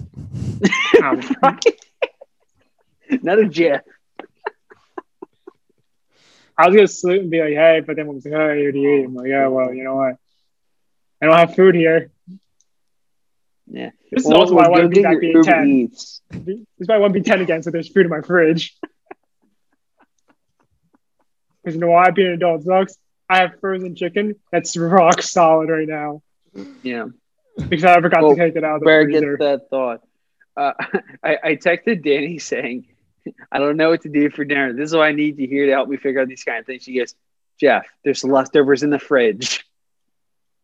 Speaker 1: Um,
Speaker 2: Not a jet.
Speaker 1: I was gonna salute and be like, "Hey," but then I was like, "Oh, I already ate." I'm like, "Yeah, well, you know what? I don't have food here."
Speaker 2: Yeah.
Speaker 1: This is
Speaker 2: Well,
Speaker 1: also why I
Speaker 2: go
Speaker 1: want to be
Speaker 2: get
Speaker 1: back
Speaker 2: your
Speaker 1: being
Speaker 2: Uber
Speaker 1: ten.
Speaker 2: Eats.
Speaker 1: This is why I want to be ten again, so there's food in my fridge. Because you know why being an adult sucks. I have frozen chicken that's rock solid right now
Speaker 2: Yeah.
Speaker 1: because I forgot
Speaker 2: Well,
Speaker 1: to take it out of the
Speaker 2: Where
Speaker 1: freezer.
Speaker 2: gets that thought? Uh, I, I texted Danny saying, I don't know what to do for dinner. This is what I need to hear to help me figure out these kind of things. She goes, Jeff, there's leftovers in the fridge.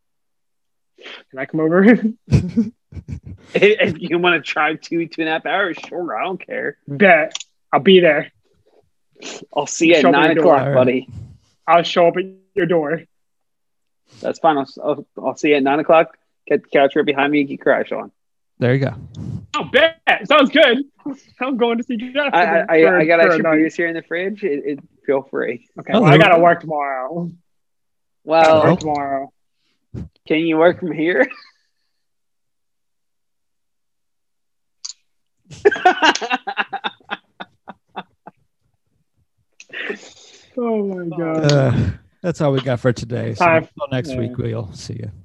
Speaker 1: Can I come over?
Speaker 2: if you want to try two, two and a half hours, sure, I don't care.
Speaker 1: Bet I'll be there.
Speaker 2: I'll see you at
Speaker 1: Shove it in
Speaker 2: nine
Speaker 1: the
Speaker 2: o'clock,
Speaker 3: door.
Speaker 2: buddy.
Speaker 1: I'll show up at your door.
Speaker 2: That's fine. I'll, I'll, I'll see you at nine o'clock. Get the couch right behind me and get crash on.
Speaker 3: There you go.
Speaker 1: Oh, bet. Sounds good. I'm going to see Jeff.
Speaker 2: I, I, I, I got
Speaker 1: for a
Speaker 2: extra
Speaker 1: night.
Speaker 2: beers here in the fridge. It, it, feel free.
Speaker 1: Okay,
Speaker 3: Oh,
Speaker 1: well, I
Speaker 3: there-
Speaker 1: gotta work tomorrow.
Speaker 2: Well,
Speaker 1: Gotta work tomorrow.
Speaker 2: can you work from
Speaker 1: Oh
Speaker 2: here?
Speaker 1: my god.
Speaker 3: Uh, that's all we got for today. So
Speaker 1: Time. Oh
Speaker 3: until next
Speaker 1: Uh,
Speaker 3: Uh,
Speaker 1: Yeah.
Speaker 3: week, we'll see you.